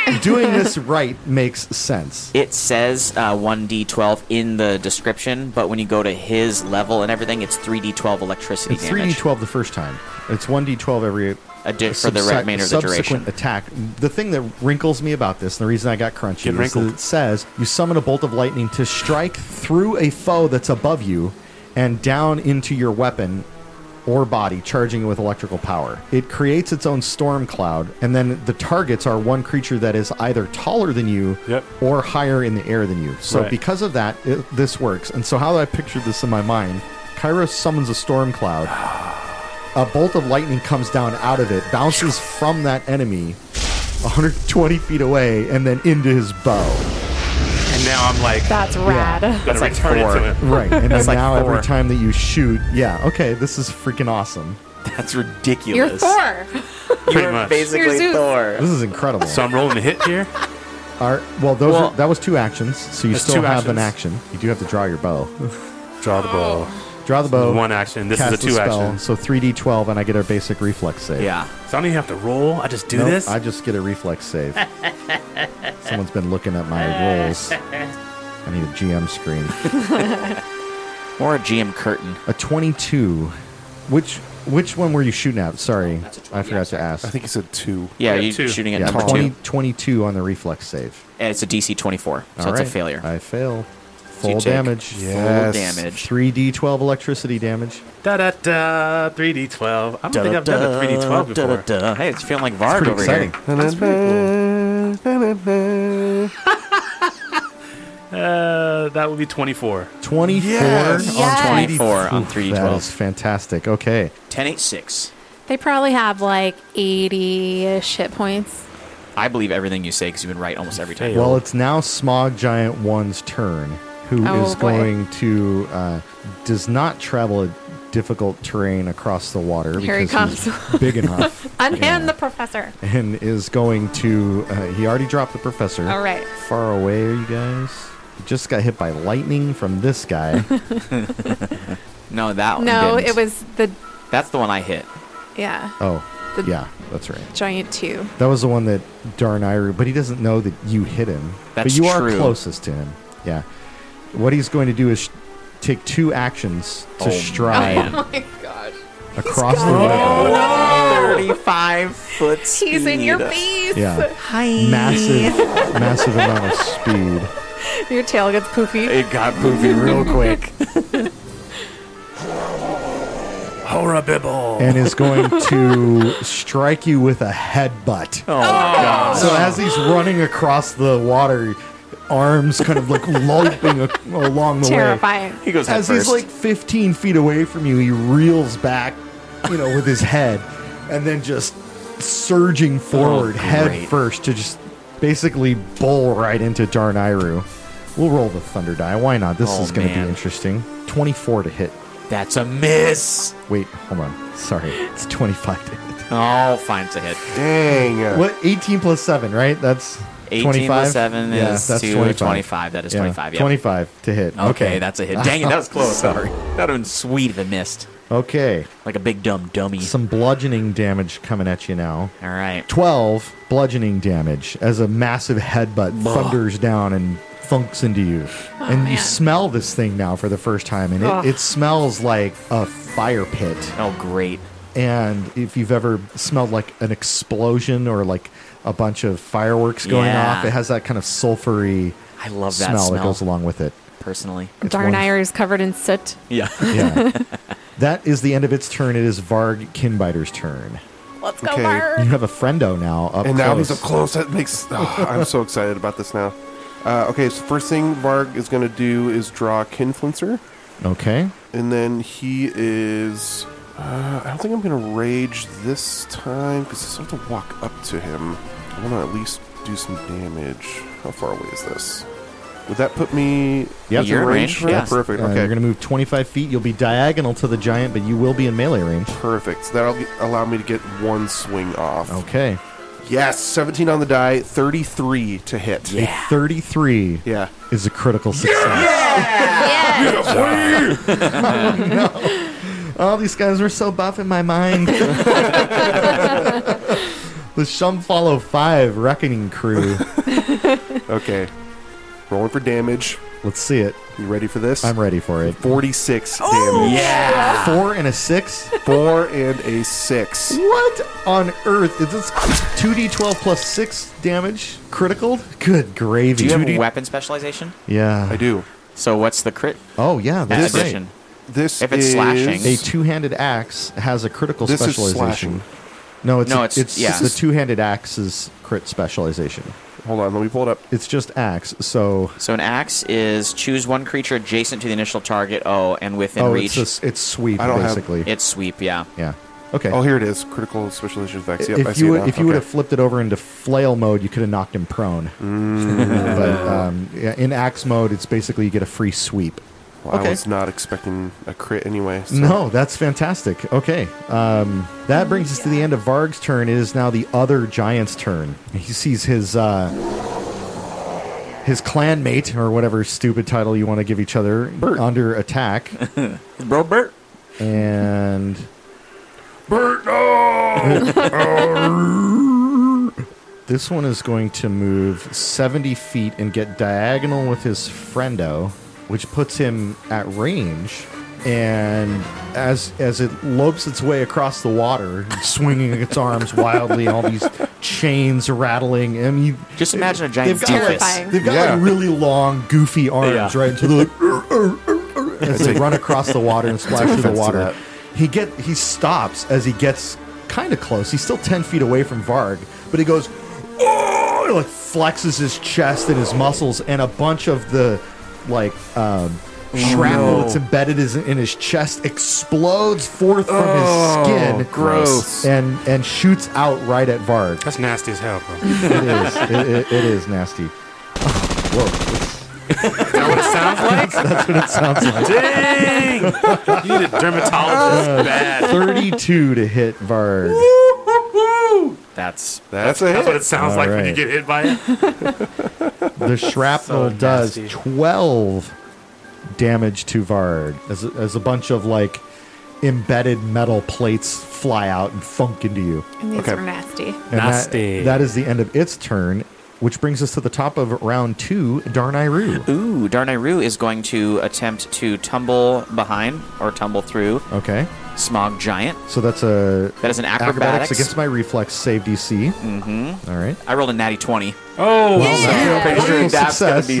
Speaker 2: like doing this right makes sense.
Speaker 3: it says uh, 1d12 in the description, but when you go to his level and everything, it's 3d12 electricity
Speaker 2: It's
Speaker 3: damage.
Speaker 2: 3d12 the first time. It's 1d12 every
Speaker 3: A di- for the
Speaker 2: subse-
Speaker 3: remainder of the
Speaker 2: subsequent
Speaker 3: duration.
Speaker 2: attack. The thing that wrinkles me about this, and the reason I got crunchy,
Speaker 7: Get
Speaker 2: is that
Speaker 7: wrinkled.
Speaker 2: it says you summon a bolt of lightning to strike through a foe that's above you and down into your weapon or body, charging it with electrical power. It creates its own storm cloud, and then the targets are one creature that is either taller than you
Speaker 7: Yep.
Speaker 2: or higher in the air than you. So
Speaker 7: Right.
Speaker 2: because of that, it, this works. And so how I pictured this in my mind, Kairos summons a storm cloud a bolt of lightning comes down out of it, bounces from that enemy 120 feet away, and then into his bow.
Speaker 7: And now I'm like,
Speaker 8: That's rad.
Speaker 7: gonna
Speaker 3: like
Speaker 7: return it
Speaker 3: four.
Speaker 7: to him.
Speaker 2: Right. And then
Speaker 3: like
Speaker 2: now
Speaker 3: Thor.
Speaker 2: every time that you shoot, yeah, okay, this is freaking awesome.
Speaker 3: That's
Speaker 8: You're
Speaker 3: ridiculous.
Speaker 8: Thor.
Speaker 7: Pretty
Speaker 3: You're
Speaker 7: much.
Speaker 3: basically
Speaker 8: You're Zeus.
Speaker 3: Thor.
Speaker 2: This is incredible.
Speaker 7: So I'm rolling a hit here.
Speaker 2: Our- well, those
Speaker 3: Well-
Speaker 2: are, that was two actions, so you
Speaker 7: That's
Speaker 2: still
Speaker 7: two
Speaker 2: have an
Speaker 7: actions.
Speaker 2: action. You do have to draw your bow.
Speaker 7: Draw the bow.
Speaker 2: Draw the bow.
Speaker 7: One action. This is
Speaker 2: cast
Speaker 7: a
Speaker 2: the
Speaker 7: two
Speaker 2: spell,
Speaker 7: action.
Speaker 2: So 3d12, and I get a basic reflex save.
Speaker 3: Yeah.
Speaker 7: So I don't even have to roll. I just do
Speaker 2: Nope,
Speaker 7: this.
Speaker 2: I just get a reflex save. Someone's been looking at my rolls. I need a GM screen.
Speaker 3: Or a GM curtain.
Speaker 2: A 22. Which which one were you shooting at? Sorry,
Speaker 3: That's a
Speaker 2: I
Speaker 3: 20, yeah,
Speaker 2: forgot to ask.
Speaker 9: I think he said two.
Speaker 3: Yeah,
Speaker 7: Yeah,
Speaker 3: you're
Speaker 7: two.
Speaker 3: shooting at
Speaker 2: yeah,
Speaker 3: number
Speaker 2: 20,
Speaker 3: two.
Speaker 2: 22 on the reflex save.
Speaker 3: And it's a DC 24, so
Speaker 2: All
Speaker 3: it's a
Speaker 2: right,
Speaker 3: failure.
Speaker 2: I fail.
Speaker 3: So you
Speaker 2: Full
Speaker 3: take
Speaker 2: damage.
Speaker 3: Full
Speaker 9: Yes.
Speaker 3: damage.
Speaker 2: 3d12 electricity damage.
Speaker 7: Da da da. 3d12. I don't think I've done a 3d12 before.
Speaker 3: Da-da-da. Hey, it's feeling like Varg
Speaker 2: Pretty
Speaker 3: over
Speaker 2: exciting.
Speaker 3: here.
Speaker 9: That's pretty cool.
Speaker 7: Uh, that would be 24.
Speaker 2: 24
Speaker 9: Yes.
Speaker 2: on
Speaker 8: Yes.
Speaker 3: 24 on
Speaker 2: 3d12. Oh, That is
Speaker 3: 3d12.
Speaker 2: fantastic. Okay.
Speaker 3: 10, 8, 6.
Speaker 8: They probably have like 80 ish hit points.
Speaker 3: I believe everything you say because you've been right almost every time.
Speaker 7: Hey.
Speaker 2: Well, it's now Smog Giant 1's turn, who is
Speaker 8: Oh, boy.
Speaker 2: going to, uh, does not travel a difficult terrain across the water
Speaker 8: Here he
Speaker 2: because he's big enough.
Speaker 8: Unhand the professor.
Speaker 2: and is going to. Uh, he already dropped the professor.
Speaker 8: All right.
Speaker 2: Far away are you guys? Just got hit by lightning from this guy.
Speaker 3: no, that one.
Speaker 8: no,
Speaker 3: didn't.
Speaker 8: it was the
Speaker 3: That's the one I hit.
Speaker 8: yeah
Speaker 2: Oh,
Speaker 8: The-
Speaker 2: yeah, that's right.
Speaker 8: giant two.
Speaker 2: That was the one that darn Iru, but he doesn't know that you hit him.
Speaker 3: That's
Speaker 2: but you are
Speaker 3: true.
Speaker 2: closest to him. Yeah. What he's going to do is sh- take two actions to
Speaker 3: Oh,
Speaker 2: stride
Speaker 3: man.
Speaker 8: my gosh.
Speaker 2: across the room.
Speaker 3: 35 foot speed.
Speaker 8: He's in your face.
Speaker 2: Yeah.
Speaker 3: Hi.
Speaker 2: Massive, massive amount of speed.
Speaker 8: Your tail gets poofy.
Speaker 3: It got poofy real quick.
Speaker 7: Hora Bibble.
Speaker 2: and is going to strike you with a headbutt.
Speaker 3: Oh, God.
Speaker 2: So as he's running across the water, arms kind of like loping a- along the
Speaker 8: Terrifying.
Speaker 3: He goes
Speaker 2: way. As
Speaker 3: head
Speaker 2: he's
Speaker 3: first.
Speaker 2: like 15 feet away from you, he reels back, you know, with his head, and then just surging forward
Speaker 3: Oh,
Speaker 2: head
Speaker 3: great.
Speaker 2: first to just basically bowl right into Darnayru. We'll roll the thunder die. Why not? This
Speaker 3: Oh,
Speaker 2: is going to be
Speaker 3: man.
Speaker 2: interesting. 24 to hit.
Speaker 3: That's a miss.
Speaker 2: Wait, hold on. Sorry, it's 25 to hit.
Speaker 3: Oh, finds a hit.
Speaker 9: Dang.
Speaker 2: What? 18 plus 7, right? That's
Speaker 3: 18 plus
Speaker 2: 25?
Speaker 3: seven
Speaker 2: Yeah,
Speaker 3: is
Speaker 2: that's
Speaker 3: two,
Speaker 2: 25.
Speaker 3: 25. That is 25, yep.
Speaker 2: 25 to hit.
Speaker 3: Okay, that's a hit. Dang it, that was close. Sorry. That would have been sweet if it missed.
Speaker 2: Okay.
Speaker 3: Like a big dumb dummy.
Speaker 2: Some bludgeoning damage coming at you now.
Speaker 3: All right.
Speaker 2: 12 bludgeoning damage as a massive headbutt thunders down and thunks into you.
Speaker 3: Oh,
Speaker 2: and you smell this thing now for the first time, and
Speaker 8: Ugh.
Speaker 2: it, it smells like a fire pit.
Speaker 3: Oh, great.
Speaker 2: and if you've ever smelled like an explosion or like a bunch of fireworks going
Speaker 3: Yeah.
Speaker 2: off, it has that kind of sulfury
Speaker 3: I love that
Speaker 2: smell, that
Speaker 3: smell.
Speaker 2: goes along with it.
Speaker 3: Personally.
Speaker 2: It's
Speaker 8: Darn
Speaker 2: wonderful.
Speaker 8: Iris covered in soot.
Speaker 3: Yeah.
Speaker 2: Yeah. that is the end of its turn. It is Varg Kinbiter's turn.
Speaker 8: Let's go,
Speaker 9: Okay.
Speaker 2: You
Speaker 8: Mark.
Speaker 2: have a friendo now up
Speaker 9: And
Speaker 2: close.
Speaker 9: now he's up close. That makes. Oh, I'm so excited about this now. Uh, okay, so first thing Varg is going to do is draw Kinfluencer.
Speaker 2: Okay.
Speaker 9: And then he is. Uh, I don't think I'm going to rage this time because I still have to walk up to him. I want to at least do some damage. How far away is this? Would that put me
Speaker 2: Yep.
Speaker 9: in
Speaker 3: You're in range,
Speaker 9: for that?
Speaker 3: yes.
Speaker 9: Perfect.
Speaker 2: Uh,
Speaker 9: okay,
Speaker 2: You're going to move 25 feet. You'll be diagonal to the giant, but you will be in melee range.
Speaker 9: perfect. So that'll get, allow me to get one swing off.
Speaker 2: Okay.
Speaker 9: Yes, 17 on the die, 33 to hit.
Speaker 3: Yeah.
Speaker 2: A 33
Speaker 9: Yeah.
Speaker 2: is a critical success.
Speaker 8: Yeah.
Speaker 2: All these guys were so buff in my mind. the Shumfollow 5 Reckoning Crew.
Speaker 9: Okay. Rolling for damage.
Speaker 2: Let's see it.
Speaker 9: You ready for this?
Speaker 2: I'm ready for it.
Speaker 9: 46 damage.
Speaker 3: Yeah.
Speaker 2: Four and a six?
Speaker 9: Four and a six.
Speaker 2: What on earth? Is this 2d12 plus six damage critical? Good
Speaker 3: Do
Speaker 2: gravy.
Speaker 3: you have
Speaker 2: 2D
Speaker 3: weapon specialization?
Speaker 2: yeah.
Speaker 9: I do.
Speaker 3: So what's the crit
Speaker 2: Oh, yeah. That's right.
Speaker 3: addition?
Speaker 9: This
Speaker 3: If it's
Speaker 9: is
Speaker 3: slashing.
Speaker 2: A two handed axe has a critical
Speaker 9: This is
Speaker 2: specialization.
Speaker 9: slashing.
Speaker 2: No, it's,
Speaker 3: No,
Speaker 2: a-
Speaker 3: it's-
Speaker 2: it's,
Speaker 3: yeah.
Speaker 2: the two handed axe's crit specialization.
Speaker 9: Hold on, let me pull it up.
Speaker 2: It's just axe, so.
Speaker 3: So an axe is choose one creature adjacent to the initial target. Oh, and within
Speaker 2: Oh,
Speaker 3: reach.
Speaker 2: it's, a s it's sweep,
Speaker 9: I don't have-
Speaker 2: basically.
Speaker 3: It's sweep. Yeah.
Speaker 2: yeah. Okay.
Speaker 9: Oh, here it is. Critical specialization effects. Yep, I
Speaker 2: if
Speaker 9: see
Speaker 2: you
Speaker 9: it now.
Speaker 2: would, if you
Speaker 9: Okay.
Speaker 2: would have flipped it over into flail mode, you could have knocked him prone.
Speaker 9: Mm.
Speaker 2: but um, yeah, in axe mode, it's basically you get a free sweep.
Speaker 9: Well, I
Speaker 2: okay.
Speaker 9: was not expecting a crit anyway. so-
Speaker 2: No, that's fantastic. Okay, um, that brings us to the end of Varg's turn. It is now the other giant's turn. He sees his uh, his clanmate or whatever stupid title you want to give each other under attack,
Speaker 3: Bro, Bert.
Speaker 2: and
Speaker 4: Bert, no!
Speaker 2: this one is going to move seventy feet and get diagonal with his friendo, which puts him at range. And as as it lopes its way across the water, swinging its arms wildly, all these chains rattling. I mean,
Speaker 3: Just imagine a giant
Speaker 2: They've got, like,
Speaker 3: doofus.
Speaker 8: Terrifying.
Speaker 2: They've got
Speaker 9: Yeah.
Speaker 2: like really long, goofy arms,
Speaker 3: Yeah.
Speaker 2: right? So they're like, "Ur, ur, ur, ur," as they run across the water and splash through
Speaker 9: offense
Speaker 2: the
Speaker 9: to
Speaker 2: water.
Speaker 9: that.
Speaker 2: He get he stops as he gets kind of close. He's still ten feet away from Varg, but he goes, oh, and, like flexes his chest and his muscles, and a bunch of the like. Um,
Speaker 9: Oh,
Speaker 2: Shrapnel that's embedded is- in his chest explodes forth from his skin,
Speaker 9: Oh, gross.
Speaker 2: and and shoots out right at Varg
Speaker 7: That's nasty as hell, bro.
Speaker 2: it is. It, it, it is nasty. Whoa. It's,
Speaker 7: Dang! you need a
Speaker 3: Uh,
Speaker 7: dermatologist bad.
Speaker 2: 32 to hit Varg.
Speaker 3: That's
Speaker 9: That's a
Speaker 7: That's what
Speaker 9: hit.
Speaker 7: it sounds
Speaker 2: All
Speaker 7: like when you
Speaker 2: right.
Speaker 7: get hit by it.
Speaker 2: The shrapnel
Speaker 7: So
Speaker 2: does
Speaker 7: nasty.
Speaker 2: 12 damage to Vard as, as a bunch of like embedded metal plates fly out and funk into you.
Speaker 8: And these were nasty.
Speaker 2: And that- that is the end of its turn, which brings us to the top of round two, Darnayru.
Speaker 3: Ooh, Darnayru is going to attempt to tumble behind or tumble through
Speaker 2: Okay.
Speaker 3: Smog Giant.
Speaker 2: So that's a
Speaker 3: That is an acrobatics.
Speaker 2: against my reflex save DC. Mm-hmm. All right.
Speaker 3: I rolled a natty 20.
Speaker 7: Oh,
Speaker 3: yeah.
Speaker 2: Critical
Speaker 3: that's going
Speaker 2: success.
Speaker 3: to be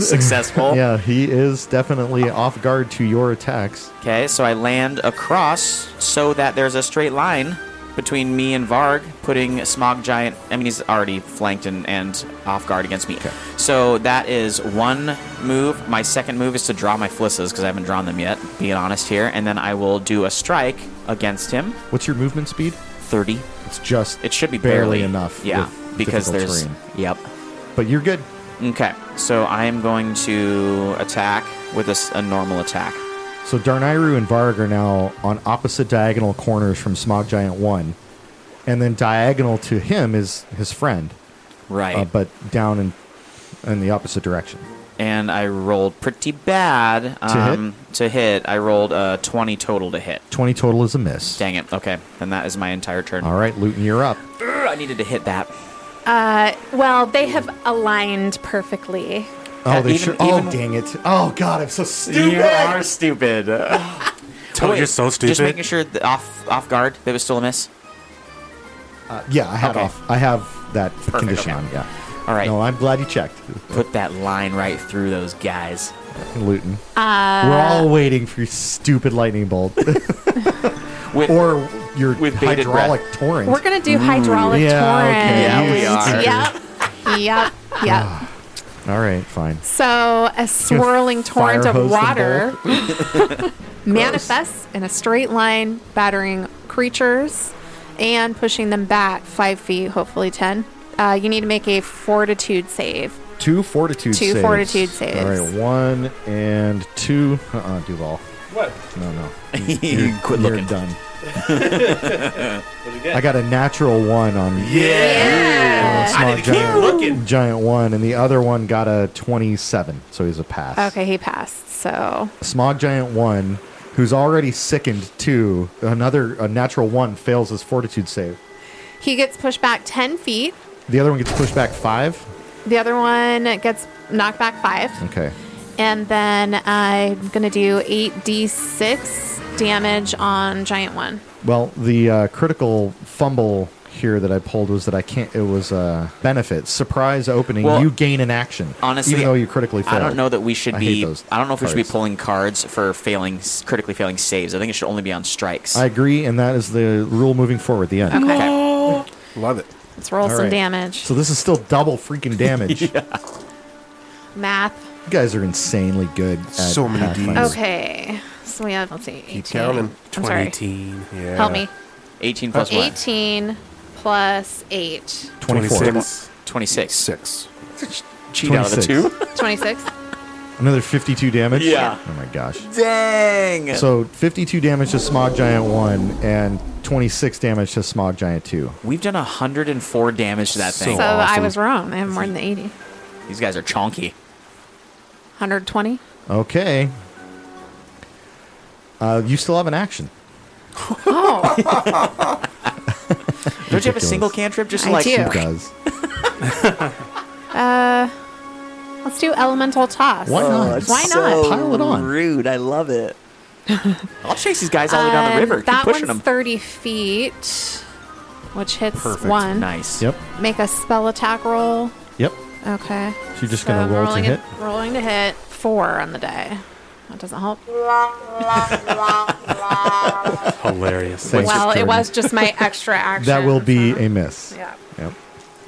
Speaker 3: successful.
Speaker 2: yeah, he is definitely off guard to your attacks.
Speaker 3: Okay, so I land across so that there's a straight line between me and Varg, putting Smog Giant. I mean, he's already flanked and, and off guard against me. So that is one move. My second move is to draw my flisses because I haven't drawn them yet, being honest here. And then I will do a strike against him.
Speaker 2: What's your movement speed?
Speaker 3: 30.
Speaker 2: It's just
Speaker 3: It should be
Speaker 2: barely,
Speaker 3: barely,
Speaker 2: enough.
Speaker 3: Yeah,
Speaker 2: with
Speaker 3: because
Speaker 2: difficult
Speaker 3: there's.
Speaker 2: terrain.
Speaker 3: Yep.
Speaker 2: But you're good.
Speaker 3: Okay, so I am going to attack with a, s- a normal attack.
Speaker 2: So Darnayru and Varg are now on opposite diagonal corners from Smog Giant One, and then diagonal to him is his friend,
Speaker 3: Right.
Speaker 2: uh, but down in in the opposite direction.
Speaker 3: and I rolled pretty bad um,
Speaker 2: To hit?
Speaker 3: to hit. I rolled uh, 20 total to hit.
Speaker 2: Twenty total is a miss.
Speaker 3: Dang it. Okay, then that is my entire turn.
Speaker 2: All right, Luton, you're up.
Speaker 3: Brr, I needed to hit that.
Speaker 8: Uh, well, they have aligned perfectly.
Speaker 2: Oh, they
Speaker 3: even-
Speaker 2: sure. Oh,
Speaker 3: even-
Speaker 2: dang it. Oh, God, I'm so stupid.
Speaker 3: stupid.
Speaker 7: Toad, you're so
Speaker 3: Just making
Speaker 7: stupid.
Speaker 3: sure that off off guard that was still a miss.
Speaker 2: Uh, yeah, I have
Speaker 3: Okay.
Speaker 2: off. I have that condition
Speaker 3: okay.
Speaker 2: on. Yeah.
Speaker 3: All right,
Speaker 2: No, I'm glad you checked,
Speaker 3: put that line right through those guys.
Speaker 2: Luton.
Speaker 8: Uh,
Speaker 2: We're all waiting for your stupid lightning bolt
Speaker 3: With
Speaker 2: or your
Speaker 3: With bated
Speaker 2: hydraulic torrent.
Speaker 8: We're gonna do hydraulic
Speaker 2: Mm, yeah, okay.
Speaker 3: Yeah,
Speaker 8: torrent.
Speaker 3: we
Speaker 8: Yep. yep. Yep.
Speaker 2: all right, fine.
Speaker 8: So a swirling torrent
Speaker 2: fire
Speaker 8: of
Speaker 2: hose them
Speaker 8: water manifests in a straight line, battering creatures and pushing them back five feet, hopefully ten. Uh, you need to make a fortitude save.
Speaker 2: Two fortitude
Speaker 8: Two
Speaker 2: saves.
Speaker 8: fortitude saves.
Speaker 2: All right, one and two. Uh-uh, Duval.
Speaker 7: What?
Speaker 2: No, no.
Speaker 3: you quit
Speaker 2: You're
Speaker 3: looking.
Speaker 2: done. I got a natural one on
Speaker 8: Yeah.
Speaker 2: Smog Giant, Giant one, and the other one got a 27, so he's a pass.
Speaker 8: Okay, he passed. So
Speaker 2: Smog Giant one, who's already sickened two, another a natural one fails his fortitude save.
Speaker 8: he gets pushed back ten feet.
Speaker 2: The other one gets pushed back five.
Speaker 8: The other one gets knocked back five.
Speaker 2: Okay.
Speaker 8: And then I'm going to do 8d6 damage on Giant One.
Speaker 2: Well, the uh, critical fumble here that I pulled was that I can't. It was uh, benefit surprise opening.
Speaker 3: Well,
Speaker 2: you gain an action.
Speaker 3: Honestly,
Speaker 2: even though you critically failed.
Speaker 3: I don't know that we should
Speaker 2: I hate
Speaker 3: be.
Speaker 2: those
Speaker 3: I don't know if we should be
Speaker 2: cards.
Speaker 3: pulling cards for failing, critically failing saves. I think it should only be on strikes.
Speaker 2: I agree, and that is the rule moving forward. The end.
Speaker 3: okay.
Speaker 9: Love it.
Speaker 8: Let's roll
Speaker 2: All
Speaker 8: some
Speaker 2: right.
Speaker 8: damage.
Speaker 2: So this is still double freaking damage.
Speaker 8: Math.
Speaker 2: You guys are insanely good. At
Speaker 9: So many
Speaker 2: Pathfinder.
Speaker 9: Ds.
Speaker 8: Okay. So we have, let's see. 18.
Speaker 9: counting.
Speaker 8: I'm sorry.
Speaker 7: 2018.
Speaker 9: Yeah.
Speaker 8: Help me.
Speaker 3: 18
Speaker 8: Uh,
Speaker 3: plus what?
Speaker 8: 18 plus 8.
Speaker 2: 24.
Speaker 7: 26.
Speaker 3: 26.
Speaker 9: Six.
Speaker 3: Cheat out of the
Speaker 2: 26.
Speaker 3: two.
Speaker 8: 26.
Speaker 2: Another 52 damage.
Speaker 3: Yeah.
Speaker 2: Oh my gosh.
Speaker 3: Dang.
Speaker 2: So 52 damage to Smog Giant 1 and 26 damage to Smog Giant 2.
Speaker 3: We've done 104 damage to that
Speaker 8: so
Speaker 3: thing.
Speaker 8: I was wrong. I have more than 80.
Speaker 3: These guys are chonky.
Speaker 8: 120.
Speaker 2: Okay. Uh, you still have an action.
Speaker 8: Oh,
Speaker 3: Don't you have a
Speaker 2: Ridiculous.
Speaker 3: single cantrip? Just
Speaker 8: I
Speaker 3: like
Speaker 8: do.
Speaker 2: It does.
Speaker 8: let's do elemental toss.
Speaker 2: Why not?
Speaker 8: Why not?
Speaker 2: Oh, Pile it on.
Speaker 3: Rude. I love it. I'll chase these guys all the way down the
Speaker 8: Um,
Speaker 3: river. Keep
Speaker 8: that
Speaker 3: pushing
Speaker 8: one's
Speaker 3: them.
Speaker 8: 30 feet, which hits one.
Speaker 3: Nice.
Speaker 2: Yep.
Speaker 8: Make a spell attack roll.
Speaker 2: Yep.
Speaker 8: Okay.
Speaker 2: So you're just gonna
Speaker 8: I'm
Speaker 2: roll to
Speaker 8: rolling
Speaker 2: hit?
Speaker 8: A, rolling to hit four on the day. That doesn't help.
Speaker 7: Hilarious.
Speaker 2: Thanks,
Speaker 8: well, it
Speaker 2: Jordan.
Speaker 8: was just my extra action.
Speaker 2: That will be
Speaker 8: so-
Speaker 2: a miss.
Speaker 8: Yeah.
Speaker 2: Yep.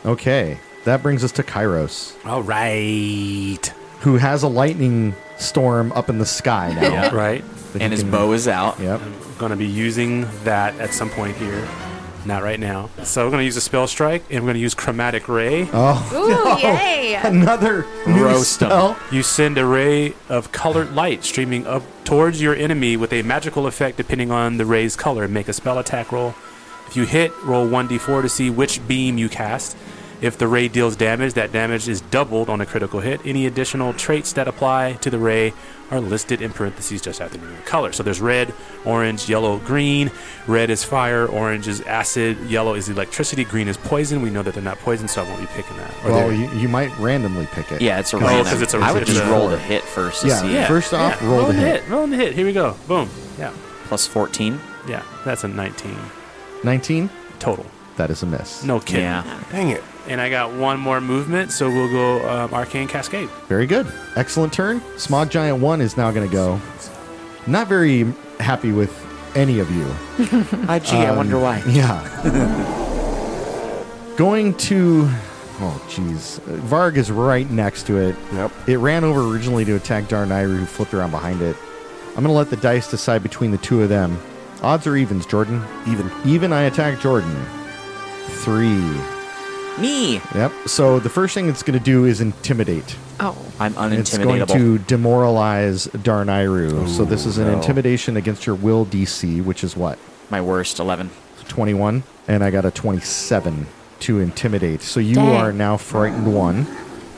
Speaker 2: Okay. That brings us to Kairos,
Speaker 7: All right.
Speaker 2: who has a lightning storm up in the sky now.
Speaker 7: Yeah. Right.
Speaker 2: that he
Speaker 3: And his
Speaker 2: can-
Speaker 3: bow is out.
Speaker 2: Yep.
Speaker 7: Gonna be using that at some point here. Not right now. So we're gonna use a spell strike, and we're gonna use chromatic ray.
Speaker 8: Ooh, yay!
Speaker 2: Oh, Another new
Speaker 3: Roast 'em.
Speaker 2: spell.
Speaker 7: You send a ray of colored light streaming up towards your enemy with a magical effect depending on the ray's color. Make a spell attack roll. If you hit, roll 1d4 to see which beam you cast. If the ray deals damage, that damage is doubled on a critical hit. Any additional traits that apply to the ray are listed in parentheses just after the name of color. So there's red, orange, yellow, green. Red is fire, orange is acid, yellow is electricity, green is poison. We know that they're not poison, so I won't be picking that. Or
Speaker 2: well,
Speaker 7: they're-
Speaker 2: you, you might randomly pick it.
Speaker 3: Yeah, it's a
Speaker 2: Oh,
Speaker 3: random.
Speaker 2: 'cause it's a-
Speaker 3: I would
Speaker 2: it's
Speaker 3: just
Speaker 2: a-
Speaker 3: roll the hit first. To
Speaker 2: Yeah,
Speaker 3: see.
Speaker 2: first off,
Speaker 7: yeah,
Speaker 2: roll the hit.
Speaker 7: Roll the hit. Here we go. Boom. Yeah.
Speaker 3: Plus 14.
Speaker 7: Yeah. That's a 19
Speaker 2: 19?
Speaker 7: total.
Speaker 2: That is a miss.
Speaker 7: No kidding.
Speaker 3: Yeah.
Speaker 9: Dang it.
Speaker 7: And I got one more movement, so we'll go um, Arcane Cascade.
Speaker 2: Very good. Excellent turn. Smog Giant 1 is now going to go. Not very happy with any of you.
Speaker 3: IG, I
Speaker 2: Um,
Speaker 3: wonder why.
Speaker 2: Yeah. Going to. Oh, jeez. Varg is right next to it.
Speaker 9: Yep.
Speaker 2: It ran over originally to attack Darnayru, who flipped around behind it. I'm going to let the dice decide between the two of them. Odds or evens, Jordan?
Speaker 9: Even.
Speaker 2: Even I attack Jordan. Three.
Speaker 3: Me.
Speaker 2: Yep. So the first thing it's going to do is intimidate.
Speaker 8: Oh.
Speaker 3: I'm
Speaker 2: It's going
Speaker 3: unintimidatable.
Speaker 2: to demoralize Darnayru. so this is an
Speaker 9: no.
Speaker 2: intimidation against your will DC, which is what?
Speaker 3: My worst 11.
Speaker 2: 21 and I got a 27 to intimidate. So you
Speaker 8: Dang.
Speaker 2: are now frightened one.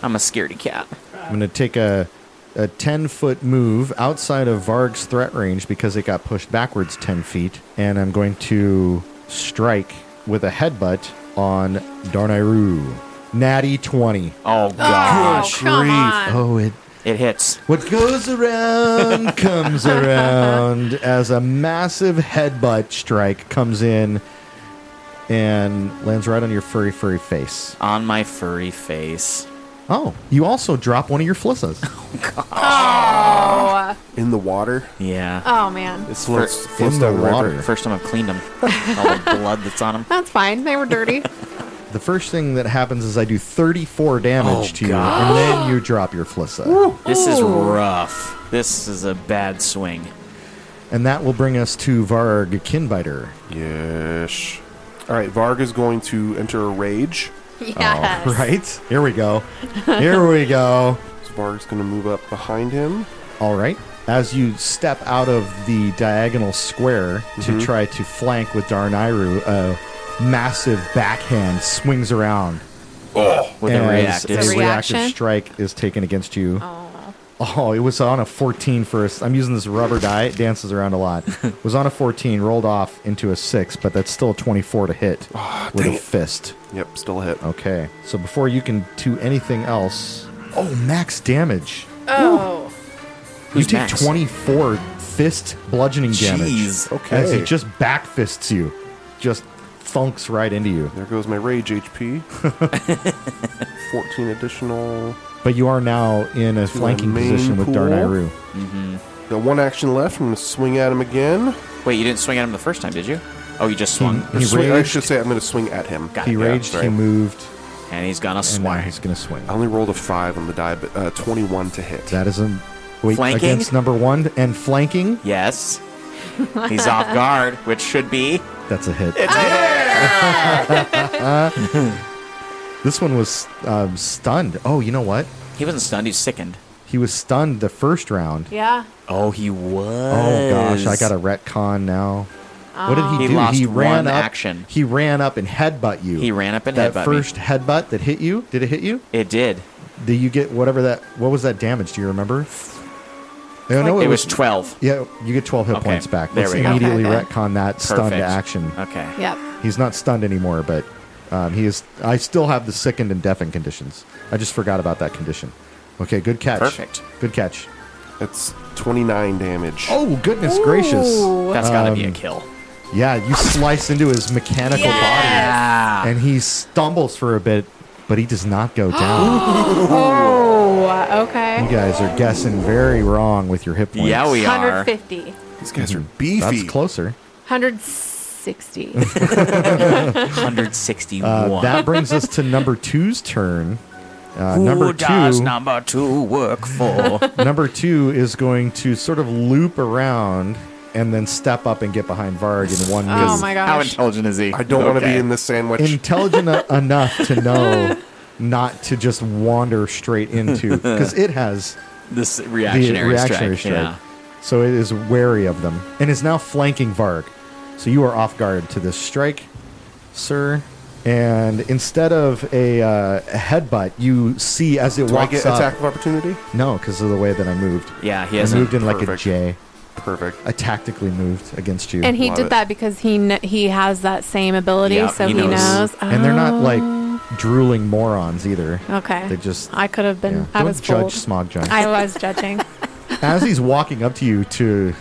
Speaker 3: I'm a scaredy cat.
Speaker 2: I'm going to take a a 10 foot move outside of Varg's threat range because it got pushed backwards 10 feet and I'm going to strike with a headbutt on Darnayru. Natty 20.
Speaker 3: Oh, gosh.
Speaker 8: oh, come on.
Speaker 2: Oh, it
Speaker 3: It hits.
Speaker 2: what goes around comes around as a massive headbutt strike comes in and lands right on your furry, furry face.
Speaker 3: On my furry face.
Speaker 2: Oh, you also drop one of your flissas.
Speaker 8: Oh,
Speaker 9: In the water.
Speaker 3: Yeah.
Speaker 8: oh, man.
Speaker 9: It floats,
Speaker 2: in
Speaker 9: floats
Speaker 2: the
Speaker 9: down river.
Speaker 2: water.
Speaker 3: First time I've cleaned them. All the blood that's on them.
Speaker 8: That's fine. They were dirty.
Speaker 2: The first thing that happens is I do 34 damage
Speaker 3: Oh,
Speaker 2: to you, and then you drop your flissa.
Speaker 3: This is
Speaker 8: Ooh.
Speaker 3: rough. This is a bad swing.
Speaker 2: And that will bring us to Varg Kinbiter.
Speaker 9: Yes. All right, Varg is going to enter a rage.
Speaker 8: yes.
Speaker 2: Oh, Right? Here we go. Here we go.
Speaker 9: So Varg's going to move up behind him.
Speaker 2: All right. As you step out of the diagonal square to try to flank with Darnayru, a massive backhand swings around
Speaker 3: With a
Speaker 2: as
Speaker 3: reactive.
Speaker 2: a
Speaker 8: It's
Speaker 2: reactive
Speaker 8: a reaction?
Speaker 2: strike is taken against you. Oh. it was on a 14 first. I'm using this rubber die. It dances around a lot. It was on a 14, rolled off into a 6, but that's still a 24 to hit with a
Speaker 9: dang it.
Speaker 2: fist.
Speaker 9: Yep, still a hit.
Speaker 2: Okay. So before you can do anything else. Oh, max damage.
Speaker 8: Oh.
Speaker 3: Who's
Speaker 2: you take
Speaker 3: next?
Speaker 2: 24 fist bludgeoning
Speaker 3: Jeez.
Speaker 2: damage.
Speaker 9: Okay.
Speaker 2: As it just back fists you. Just thunks right into you.
Speaker 9: There goes my rage HP. 14 additional.
Speaker 2: But you are now in a flanking
Speaker 9: main
Speaker 2: position with
Speaker 9: pool.
Speaker 2: Darnayru.
Speaker 9: Got one action left. I'm going to swing at him again.
Speaker 3: Wait, you didn't swing at him the first time, did you? Oh, you just swung.
Speaker 2: He
Speaker 9: Swing- I
Speaker 2: raged.
Speaker 9: should say I'm going to swing at him.
Speaker 3: Got
Speaker 2: He
Speaker 3: it.
Speaker 9: Yeah,
Speaker 2: raged,
Speaker 9: sorry.
Speaker 2: he moved,
Speaker 3: And he's gonna
Speaker 2: and now
Speaker 3: swing.
Speaker 2: he's going to swing.
Speaker 9: I only rolled a 5 on the die, but uh, 21 to hit.
Speaker 2: That is a wait
Speaker 3: Flanking?
Speaker 2: against number one and flanking.
Speaker 3: Yes. He's off guard, which should be.
Speaker 2: That's a hit. this one was um, stunned. Oh, you know what?
Speaker 3: He wasn't stunned, he's sickened.
Speaker 2: He was stunned the first round.
Speaker 8: Yeah.
Speaker 3: Oh, he was.
Speaker 2: Oh gosh, I got a retcon now. What did he
Speaker 3: He
Speaker 2: do?
Speaker 3: lost
Speaker 2: he ran
Speaker 3: one
Speaker 2: up.
Speaker 3: action.
Speaker 2: He ran up and headbutt you.
Speaker 3: He ran up and
Speaker 2: that
Speaker 3: headbutt me.
Speaker 2: first headbutt that hit you. Did it hit you?
Speaker 3: It did.
Speaker 2: Did you get whatever that? What was that damage? Do you remember? I don't know.
Speaker 3: It was 12.
Speaker 2: Yeah, you get 12 hit
Speaker 3: Okay,
Speaker 2: points back.
Speaker 3: there
Speaker 2: Let's
Speaker 3: we go.
Speaker 2: immediately
Speaker 8: Okay.
Speaker 2: retcon that stun to
Speaker 3: Perfect.
Speaker 2: action.
Speaker 3: Okay.
Speaker 8: Yep.
Speaker 2: He's not stunned anymore, but um, he is. I still have the sickened and deafened conditions. I just forgot about that condition. Okay, good catch.
Speaker 3: Perfect.
Speaker 2: Good catch.
Speaker 9: That's 29 damage.
Speaker 2: Oh goodness gracious!
Speaker 3: That's gotta
Speaker 2: Um,
Speaker 3: be a kill.
Speaker 2: Yeah, you slice into his mechanical
Speaker 8: Ah.
Speaker 2: body, and he stumbles for a bit, but he does not go down.
Speaker 8: Oh,
Speaker 2: you
Speaker 8: okay.
Speaker 2: guys are guessing very wrong with your hit points.
Speaker 3: Yeah, we are.
Speaker 8: 150.
Speaker 9: These guys are beefy.
Speaker 2: That's closer.
Speaker 8: 160.
Speaker 3: 161.
Speaker 2: Uh, that brings us to number two's turn. Uh,
Speaker 3: Who
Speaker 2: number
Speaker 3: does
Speaker 2: two.
Speaker 3: number two work for?
Speaker 2: number two is going to sort of loop around and then step up and get behind Varg in one move.
Speaker 8: Oh my
Speaker 3: How
Speaker 8: gosh.
Speaker 3: intelligent is he?
Speaker 9: I don't want to be
Speaker 3: Okay.
Speaker 9: in this sandwich.
Speaker 2: Intelligent e- enough to know not to just wander straight into because it has
Speaker 3: this
Speaker 2: the
Speaker 3: reactionary,
Speaker 2: reactionary
Speaker 3: strike.
Speaker 2: strike. So it is wary of them and is now flanking Varg. So you are off guard to this strike, sir. And instead of a, uh, a headbutt, you see as it
Speaker 9: Do I
Speaker 2: walks
Speaker 9: get
Speaker 2: up.
Speaker 9: attack of opportunity?
Speaker 2: No, because of the way that I moved.
Speaker 3: Yeah, he
Speaker 2: I
Speaker 3: hasn't-
Speaker 2: moved in like a
Speaker 9: Perfect.
Speaker 2: J.
Speaker 9: Perfect.
Speaker 2: I tactically moved against you.
Speaker 8: And he did that because he kn- he has that same ability,
Speaker 2: Yeah,
Speaker 8: so
Speaker 2: he
Speaker 8: he knows.
Speaker 2: knows. And they're not like
Speaker 8: Oh.
Speaker 2: drooling morons either.
Speaker 8: Okay.
Speaker 2: They just.
Speaker 8: I could have been.
Speaker 2: Yeah.
Speaker 8: I
Speaker 2: Don't
Speaker 8: was
Speaker 2: judge
Speaker 8: bold.
Speaker 2: Smog Giant.
Speaker 8: I was judging.
Speaker 2: as he's walking up to you to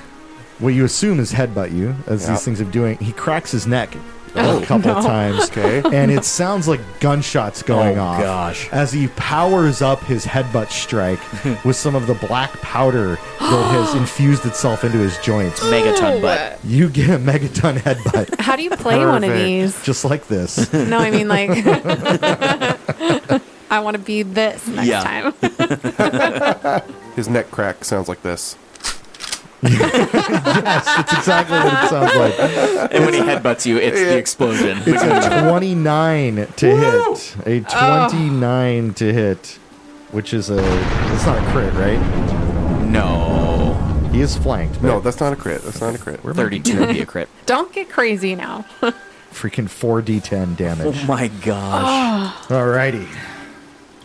Speaker 2: what you assume is headbutt you, as
Speaker 9: Yeah.
Speaker 2: these things are doing, he cracks his neck
Speaker 9: Oh,
Speaker 2: a couple
Speaker 9: no.
Speaker 2: times.
Speaker 9: Okay.
Speaker 2: And it sounds like gunshots going
Speaker 9: Oh,
Speaker 2: off.
Speaker 9: gosh.
Speaker 2: As he powers up his headbutt strike with some of the black powder that has infused itself into his joints.
Speaker 3: Megaton Ew. butt.
Speaker 2: You get a megaton headbutt.
Speaker 8: How do you play one of
Speaker 2: Perfect.
Speaker 8: these?
Speaker 2: Just like this.
Speaker 8: No, I mean like. I want to be this next time.
Speaker 9: His neck crack sounds like this.
Speaker 2: yes, that's exactly what it sounds like.
Speaker 3: And when he headbutts you, it's the explosion.
Speaker 2: It's a 29 to hit. A
Speaker 9: Oh.
Speaker 2: 29 to hit, which is a. It's not a crit, right?
Speaker 3: No.
Speaker 2: He is flanked.
Speaker 9: No,
Speaker 2: but
Speaker 9: that's not a crit. That's not a crit.
Speaker 2: Where am I- 32 would be a
Speaker 3: crit.
Speaker 8: Don't get crazy now.
Speaker 2: Freaking 4d10 damage.
Speaker 3: Oh my
Speaker 8: Oh.
Speaker 2: gosh. Alrighty.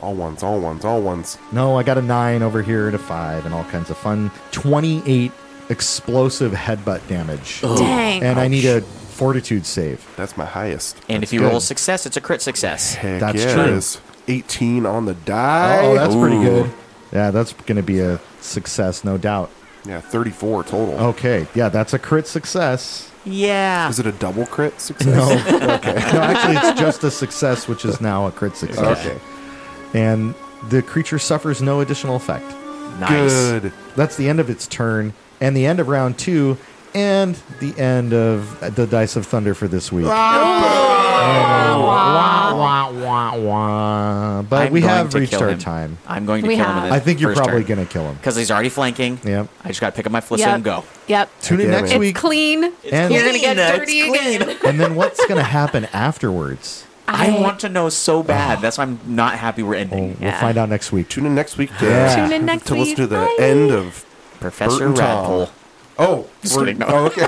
Speaker 9: All ones, all ones, all ones.
Speaker 2: No, I got a 9 over here and a 5 and all kinds of fun. 28 explosive headbutt damage.
Speaker 3: Oh. Dang.
Speaker 2: And I need a fortitude save.
Speaker 9: That's my highest.
Speaker 3: And
Speaker 2: That's
Speaker 3: if you
Speaker 2: good.
Speaker 3: roll success, it's a crit success.
Speaker 9: Heck
Speaker 2: That's
Speaker 9: yeah,
Speaker 2: true.
Speaker 9: it is. 18 on the die.
Speaker 2: Oh, that's pretty
Speaker 9: Ooh.
Speaker 2: good. Yeah, that's going to be a success, no doubt.
Speaker 9: Yeah, 34 total.
Speaker 2: Okay, yeah, that's a crit success.
Speaker 3: Yeah.
Speaker 9: Is it a double crit success?
Speaker 2: No,
Speaker 9: okay.
Speaker 2: no, actually, it's just a success, which is now a crit success.
Speaker 9: Okay.
Speaker 2: And the creature suffers no additional effect.
Speaker 3: Nice. Good.
Speaker 2: That's the end of its turn, and the end of round two, and the end of the Dice of Thunder for this week. Wah, wah, wah. But
Speaker 3: I'm
Speaker 2: Uh, we
Speaker 3: going
Speaker 2: have
Speaker 3: to
Speaker 2: reached
Speaker 3: kill
Speaker 2: our
Speaker 3: him.
Speaker 2: time.
Speaker 3: I'm going to
Speaker 8: We
Speaker 3: kill him.
Speaker 8: have.
Speaker 3: in the
Speaker 2: I think you're
Speaker 3: first
Speaker 2: probably
Speaker 3: turn.
Speaker 2: going to kill him.
Speaker 3: Because he's already flanking.
Speaker 2: Yep.
Speaker 3: I just got to pick up my flissa
Speaker 8: Yep.
Speaker 3: and go.
Speaker 8: Yep.
Speaker 2: Tune in next
Speaker 8: it's
Speaker 2: week.
Speaker 8: clean.
Speaker 2: And-
Speaker 8: You're gonna get
Speaker 3: clean, it's
Speaker 8: dirty again.
Speaker 2: and then what's going to happen afterwards?
Speaker 3: I, want to know so bad. That's why I'm not happy we're ending.
Speaker 2: We'll find out next week.
Speaker 9: Tune in next week to,
Speaker 2: Yeah.
Speaker 8: Tune in next
Speaker 9: to listen to
Speaker 8: week.
Speaker 9: the
Speaker 8: Bye.
Speaker 9: end of
Speaker 3: Professor
Speaker 9: Bert and Tom.
Speaker 3: Rattle.
Speaker 9: Oh,
Speaker 3: Just
Speaker 9: we're-
Speaker 3: kidding, no.
Speaker 9: oh, okay.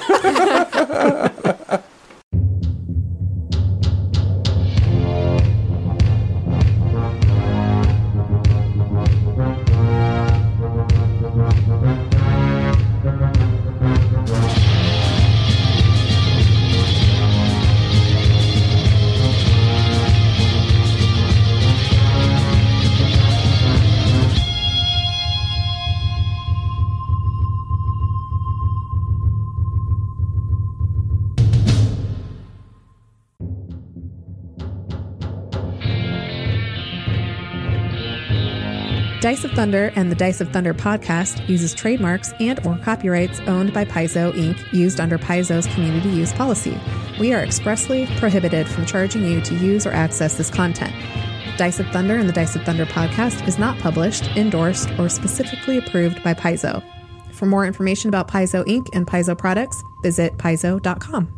Speaker 11: Dice of Thunder and the Dice of Thunder podcast uses trademarks and or copyrights owned by Paizo Inc. used under Paizo's community use policy. We are expressly prohibited from charging you to use or access this content. Dice of Thunder and the Dice of Thunder podcast is not published, endorsed, or specifically approved by Paizo. For more information about Paizo Inc. and Paizo products, visit paizo.com.